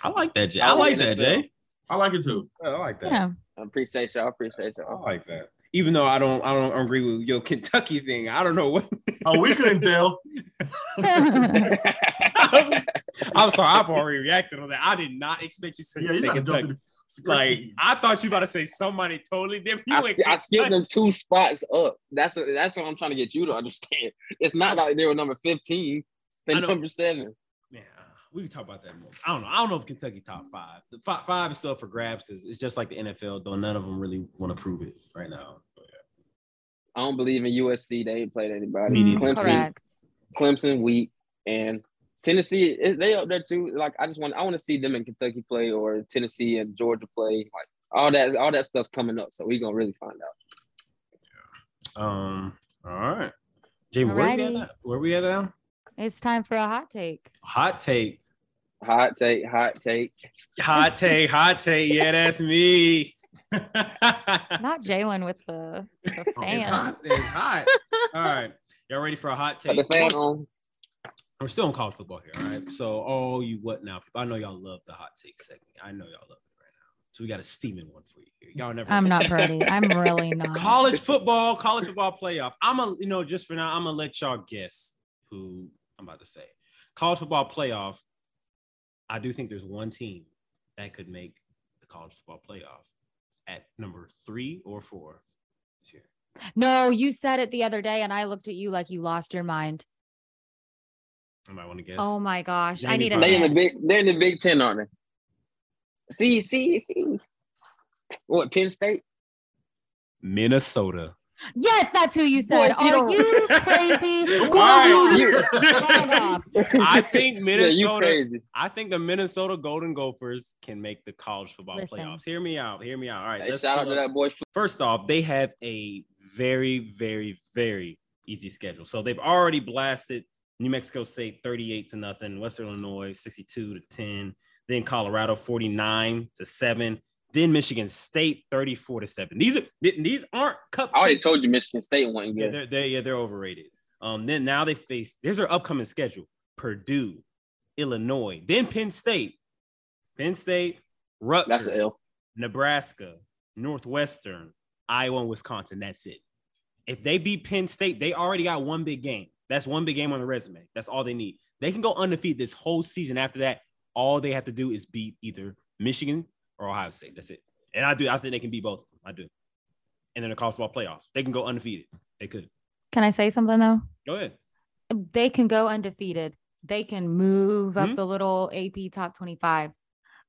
I like that, Jay. I
Oh,
like that,
NFL.
Jay.
I like it too.
Yeah, I like that.
Yeah.
I appreciate y'all. I appreciate
I
y'all.
like that. Even though I don't, I don't agree with your Kentucky thing. I don't know what.
Oh, we couldn't tell.
Oh, I'm sorry, I've already reacted on that. I did not expect you to
Yeah, you
say
gotta jump
Kentucky.
to the
Like I thought you about to say somebody totally different. You
I,
went
sk- I skipped them
Kentucky.
two spots up. That's what, that's what I'm trying to get you to understand. It's not like they were number 15,
I
they're
know.
number seven.
Man, uh, we can talk about that more. I don't know. I don't know if Kentucky top five. The five, five is still up for grabs because it's just like the NFL, though none of them really want to prove it right now. But,
I don't believe in USC. They ain't played anybody.
Me neither.
Clemson,
Correct.
Clemson weak, and Tennessee it- they up there too. Like I just want I want to see them in Kentucky play or Tennessee and Georgia play. Like all that all that stuff's coming up, so we gonna really find out.
Um. All right, Jay. Where we at?
Alrighty.
now? Where we at now?
It's time for a hot take.
Hot take.
Hot take, hot take.
Hot take. hot take. Yeah, that's me.
Not Jalen with the, the
It's
fan.
hot. It's hot. All right. Y'all ready for a hot
Put
take?
the fan
We're-
on.
We're still on college football here, all right? So all you what now people, I know y'all love the hot take segment. I know y'all love it right now. So we got a steaming one for you. here. Y'all never.
I'm not Purdy. I'm really not.
college football, college football playoff. I'm a you know just for now, I'm gonna let y'all guess who I'm about to say. College football playoff. I do think there's one team that could make the college football playoff at number three or four this year.
No, you said it the other day, and I looked at you like you lost your mind.
I might want to guess.
Oh my gosh, I
Jamie
need a
Foxx.
They in the
hint.
big. They're in the Big Ten, aren't they? See, see, see. What Penn State?
Minnesota.
Yes, that's who you said.
Boy, you
Are
don't-
you crazy?
All
Go
right.
on.
You-
Stand up.
I think
Yeah, you
Minnesota.
crazy.
I think the Minnesota Golden Gophers can make the college football
Listen.
playoffs. Hear me out. Hear me out. All right.
Hey,
let's
shout out
pull
to
up-
that boy.
First off, they have a very, very, very easy schedule. So they've already blasted New Mexico State 38 to nothing, Western Illinois 62 to 10, then Colorado 49 to 7, then Michigan State 34 to 7. These are these aren't cupcakes.
I already told you Michigan State wasn't
Yeah,
good.
they're, they're yeah they're overrated. Um, then now they face there's their upcoming schedule: Purdue, Illinois, then Penn State, Penn State, Rutgers,
That's an L.
Nebraska, Northwestern, Iowa, and Wisconsin. That's it. If they beat Penn State, they already got one big game. That's one big game on the resume. That's all they need. They can go undefeated this whole season. After that, all they have to do is beat either Michigan or Ohio State. That's it. And I do. I think they can beat both of them. I do. And then the college football playoff, they can go undefeated. They could.
Can I say something though?
Go ahead.
They can go undefeated. They can move
Mhm.
up the little AP top 25.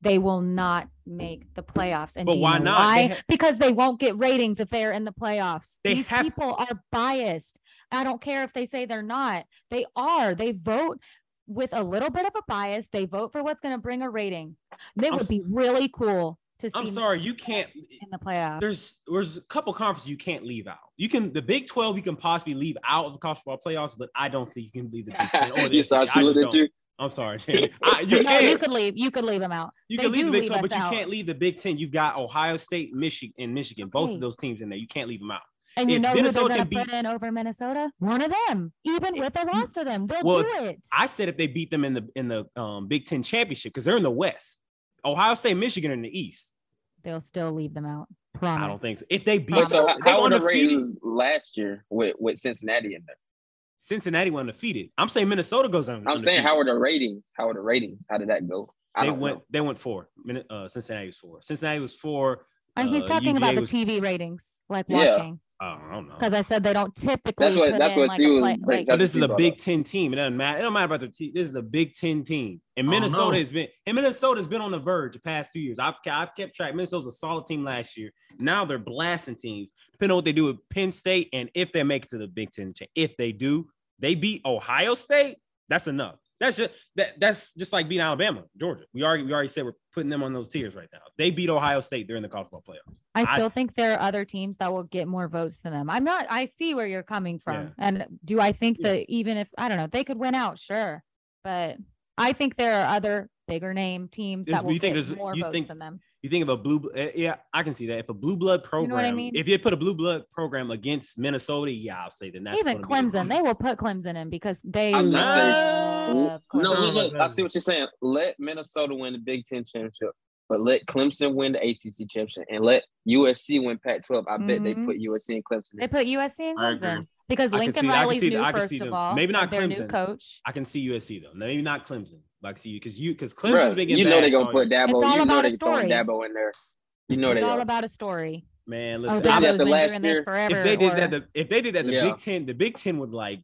They will not make the playoffs. And
But
do you
why
know
not?
Why?
They ha-
because they won't get ratings if they're in the playoffs.
They
These
have-
people are biased. I don't care if they say they're not. They are. They vote with a little bit of a bias. They vote for what's going to bring a rating. It
I'm
would
s-
be really cool to see
I'm sorry, you can't.
in the playoffs.
There's there's a couple conferences you can't leave out. You can the Big Twelve you can possibly leave out of the college football playoffs, but I don't think you can leave the Big Ten or the
you saw
SEC. Oh,
she
I
looked
just
at
don't.
you.
I'm sorry, Jamie. I, you
no, you
can't.
could leave. You could leave them out.
You
they
can leave
do
the Big
leave
12, but
us
you
out.
can't leave the Big Ten. You've got Ohio State, Michigan, and Michigan. Both
Okay.
of those teams in there. You can't leave them out.
And you
If
know
Minnesota
who they're
can
going to put in over Minnesota? One of them, even
It-
with a loss to them, they'll
Well,
do it.
I said if they beat them in the in the um, Big Ten championship because they're in the West. Ohio State, Michigan are in the East.
they'll still leave them out. Promise.
I don't think so. If they beat
But
Promise.
them,
so
How-
they
how were the
undefeated.
ratings last year with, with Cincinnati in there?
Cincinnati went undefeated. I'm saying Minnesota goes un-
I'm
undefeated.
saying how were the ratings? How were the ratings? How did that go? I
they
don't
went
know.
they went four. Min- Uh, Cincinnati was four. Cincinnati was four.
And he's
Uh,
talking
UGA
about the
was-
TV ratings, like
Yeah.
watching,
Oh, I don't know.
because I said they don't typically.
That's what-
put
that's
in,
what
like,
she
a
was
play-
break-
like,
that's-
But this is a
what she brought
Big
up.
Ten team. It doesn't matter. It don't matter about the team. This is a Big Ten team, and
I don't
Minnesota
know.
has been and Minnesota has been on the verge the past two years. I've I've kept track. Minnesota's a solid team last year. Now they're blasting teams. Depending on what they do with Penn State, and if they make it to the Big Ten, cha- if they do, they beat Ohio State. That's enough. That's just that. That's just like beating Alabama, Georgia. We already we already said we're putting them on those tiers right now. If they beat Ohio State, they're in the college football playoff.
I
I-
still think there are other teams that will get more votes than them. I'm not. I see where you're coming from,
Yeah.
and do I think
Yeah.
that even if I don't know, they could win out, sure, but I think there are other bigger name teams
There's-
that will
you think
get
there's-
more
you
votes
think-
than them.
You think of a blue, eh, yeah, I can see that. If a blue blood program,
know what I mean?
if you put a blue blood program against Minnesota, yeah, I'll say then that's
Even
gonna be the-
Clemson, they will put Clemson in because they
I'm
love
just saying-
Clemson.
No,
no,
look, look,
no.
I see what you're saying. Let Minnesota win the Big Ten championship, but let Clemson win the ACC championship, and let USC win Pac-12. I bet they
Mhm.
put USC and Clemson.
They
In.
put USC and
I agree.
Clemson because
I can
Lincoln
see- I can
Riley's
see the-
new
I can
first
see
of
them.
all.
Maybe not
their new
Clemson.
coach.
I can see USC though. Maybe not Clemson, but I can see you because you because Clemson's
Bruh,
been
you
getting
know they're
bashed
gonna
all
put
year.
Dabo.
It's all
you know
about a
they're throwing
story.
Dabo in there. You know
it's
they
all
are.
about a story.
Man,
Oh,
listen, I-
Dabo
Dabo's
after
been
last
doing
year,
this
if
forever.
if they did
or-
that, the, if they did that, the
Yeah.
Big Ten, the Big Ten would like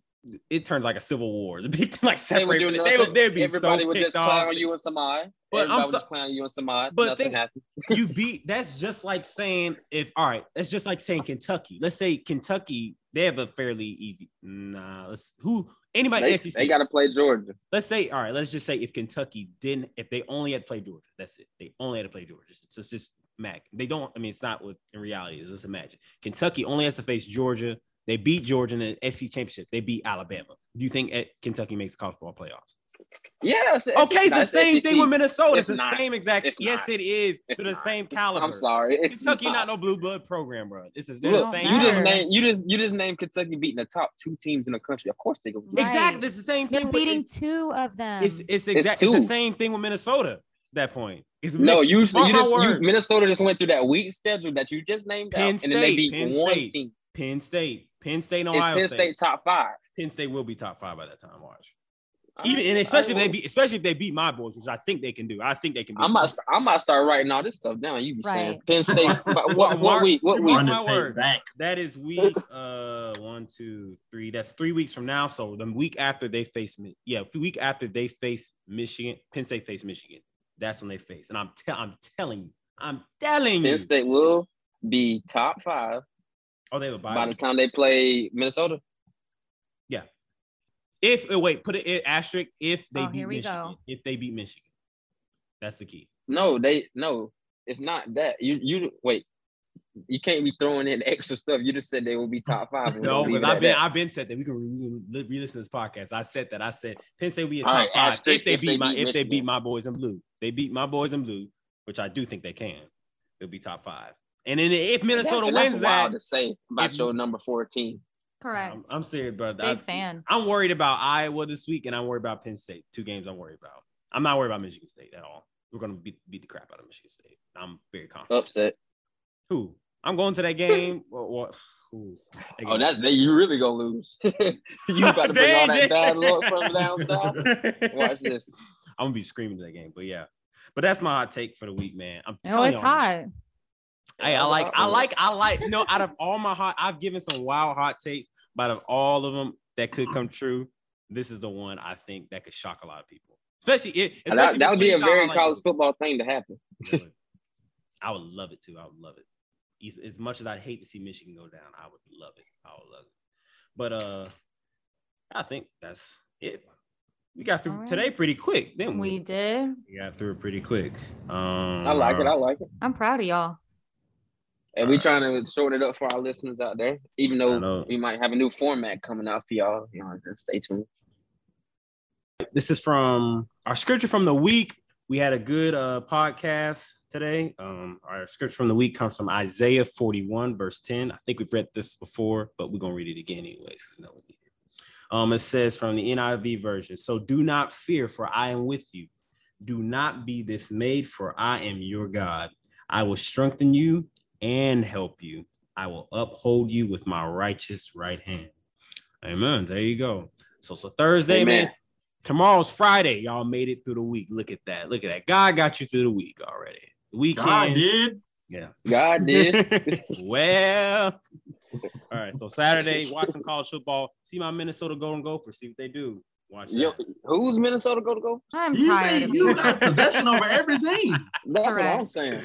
it turned like a civil war. The Big Ten like
They would do
separated.
nothing.
They would they'd be
Everybody
so
would
ticked
just
off.
clown you and Samai.
But I'm
Everybody would
so-
just clown you and Samai.
But
Nothing
think-
happened.
you beat that's just like saying if all right that's just like saying kentucky let's say kentucky they have a fairly easy nah let's who anybody
They,
SEC,
they gotta play Georgia.
let's say all right let's just say if kentucky didn't if they only had to play georgia that's it they only had to play georgia it's just, just mac they don't i mean it's not what in reality is let's imagine kentucky only has to face georgia they beat georgia in the sec championship they beat alabama do you think eh, kentucky makes college football playoffs
Yeah. It's,
okay it's the
that's
same thing
SEC.
with minnesota it's,
It's
the
not.
same exact
It's
yes
not.
it is
It's
to the
not.
same caliber
I'm sorry. It's
Kentucky not no blue blood program, bro. This is they're the
Look,
same.
you just
matter.
name you just you just named Kentucky beating the top two teams in the country. Of course they go.
Right.
exactly. It's the same
They're
thing. With,
beating
it's
two of them.
it's, it's exact. It's, the
two.
same thing with Minnesota. that point. It's
No,
Mick-
you, you
mark my
just you,
word.
Minnesota just went through that weak schedule that you just named out,
Penn
and then they
State,
beat
Penn
one
State.
team.
Penn State, Penn State, and
it's
Ohio
Penn State.
State.
top five.
Penn State will be top five by that time. Watch.
All
Even
right,
and
all
especially if
right,
they
well,
beat, especially if they beat my boys, which I think they can do. I think they can. Do
I might st- I might start writing all this stuff down. You be saying
Right.
Penn State. what, what,
Mark-
week? What
you
week?
mark
Run
my
the tape
word.
back.
That is week uh one, two, three. That's three weeks from now. So the week after they face Mi- yeah, the week after they face Michigan, Penn State face Michigan. That's when they face. And I'm tell I'm telling you, I'm telling you.
Penn State will be top five
Oh, they have a bye.
by the time they play Minnesota.
if oh, wait, put it in asterisk if they
Oh,
beat
here we
Michigan.
go.
If they beat Michigan, that's the key.
No, they no. It's not that you you wait. You can't be throwing in extra stuff. You just said they will be top five. and we're
No,
gonna leave
because
it
I've
at
been
that.
I've been said that we can re- re- listen to this podcast. I said that I said Penn State we a
All
top
right,
five
asterisk
if they
if they
beat my
beat
if they beat
Michigan.
my boys in blue. They beat my boys in blue, which I do think they can. They'll be top five. And then if Minnesota
And
wins
that's
that,
wild to say about
if-
your number fourteen.
Correct.
I'm, I'm serious, brother.
Big
I-
fan.
I'm worried about Iowa this week, and I'm worried about Penn State. Two games I'm worried about. I'm not worried about Michigan State at all. We're gonna beat, beat the crap out of Michigan State. I'm very confident.
Upset.
Who? I'm going to that game. what? what who? That
Oh,
game-
that's that you really gonna lose. you about to bring all
Dang, Jay.
that bad luck from down south. Watch this.
I'm gonna be screaming to that game, but yeah. But that's my hot take for the week, man. I'm
No,
telling
Oh, it's
y'all.
hot.
Hey, I
That's a
like,
hot
I
one.
like, I like. No, out of all my hot, I've given some wild hot takes, but out of all of them that could come true, this is the one I think that could shock a lot of people. Especially if
And
especially
that, that would be a
if you
very
highlight
college
it.
football thing to happen.
Really. I would love it too. I would love it. As- As much as I'd hate to see Michigan go down, I would love it. I would love it. But uh I think that's it. We got through
All right.
today pretty quick, didn't we?
We did.
We got through it pretty quick. Um
I like it. I like it.
I'm proud of y'all.
And we trying to shorten it up for our listeners out there, even
I
though
know.
we might have a new format coming out for y'all. You know, just stay tuned.
this is from our scripture from the week. We had a good uh, podcast today. Um, our scripture from the week comes from Isaiah 41, verse 10. I think we've read this before, but we're going to read it again, anyways, 'cause no one needed it. Um, it says from the NIV version So do not fear, for I am with you. Do not be dismayed, for I am your God. I will strengthen you and help you. I will uphold you with my righteous right hand. Amen. There you go. So, so Thursday, man,
Amen.
Tomorrow's Friday. Y'all made it through the week. Look at that. Look at that. God got you through the week already. The weekend.
God did.
Yeah.
God did.
well. All right. So Saturday, watch some college football. See my Minnesota Golden Gophers. See what they do. Watch
Yo,
that.
who's Minnesota go to go?
I'm
You
tired
say
of
you
you.
got possession over every team.
That's what I'm
Correct.
saying.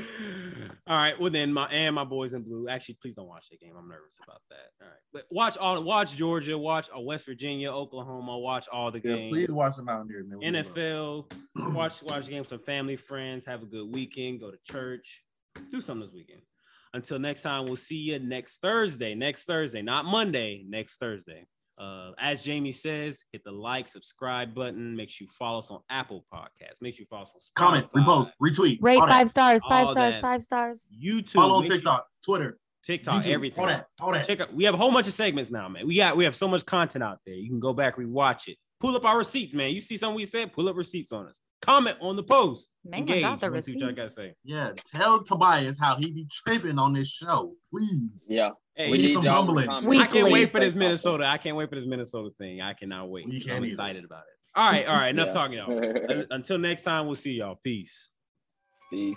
All right. Well, then my and my boys in blue. Actually, please don't watch that game. I'm nervous about that. All right. But watch all. Watch Georgia. Watch uh, West Virginia, Oklahoma. Watch all the
Yeah,
games.
please watch the Mountaineers, man. We love them.
NFL, watch watch games with family, friends, have a good weekend, go to church, do something this weekend. Until next time, we'll see you next Thursday. Next Thursday, not Monday, next Thursday. Uh, as Jamie says, hit the like, subscribe button. Make sure you follow us on Apple Podcasts. Make sure you follow us on Spotify,
Comment, repost, retweet,
Rate
all that.
five stars, five
All
stars,
that.
five stars.
YouTube,
Follow on
make sure-
TikTok, Twitter,
TikTok,
YouTube,
everything.
All that. All that.
Check out. We have a whole bunch of segments now, man. We got we have so much content out there. You can go back, rewatch it. Pull up our receipts, man. You see something we said? Pull up receipts on us. Comment on the post.
Man, I
Engage.
got the
Let me see what y'all gotta
receipts.
say.
Yeah, tell Tobias how he be tripping on this show, please.
Yeah.
Hey,
We need some
y'all to
humbling.
comment.
We-
I can't
Weekly.
wait for
Say
this
something.
Minnesota. I can't wait for this Minnesota thing. I cannot wait.
We can't
I'm
either.
excited about it. All right, all right. Enough
Yeah.
talking, y'all. Un- Until next time, we'll see y'all. Peace.
Peace.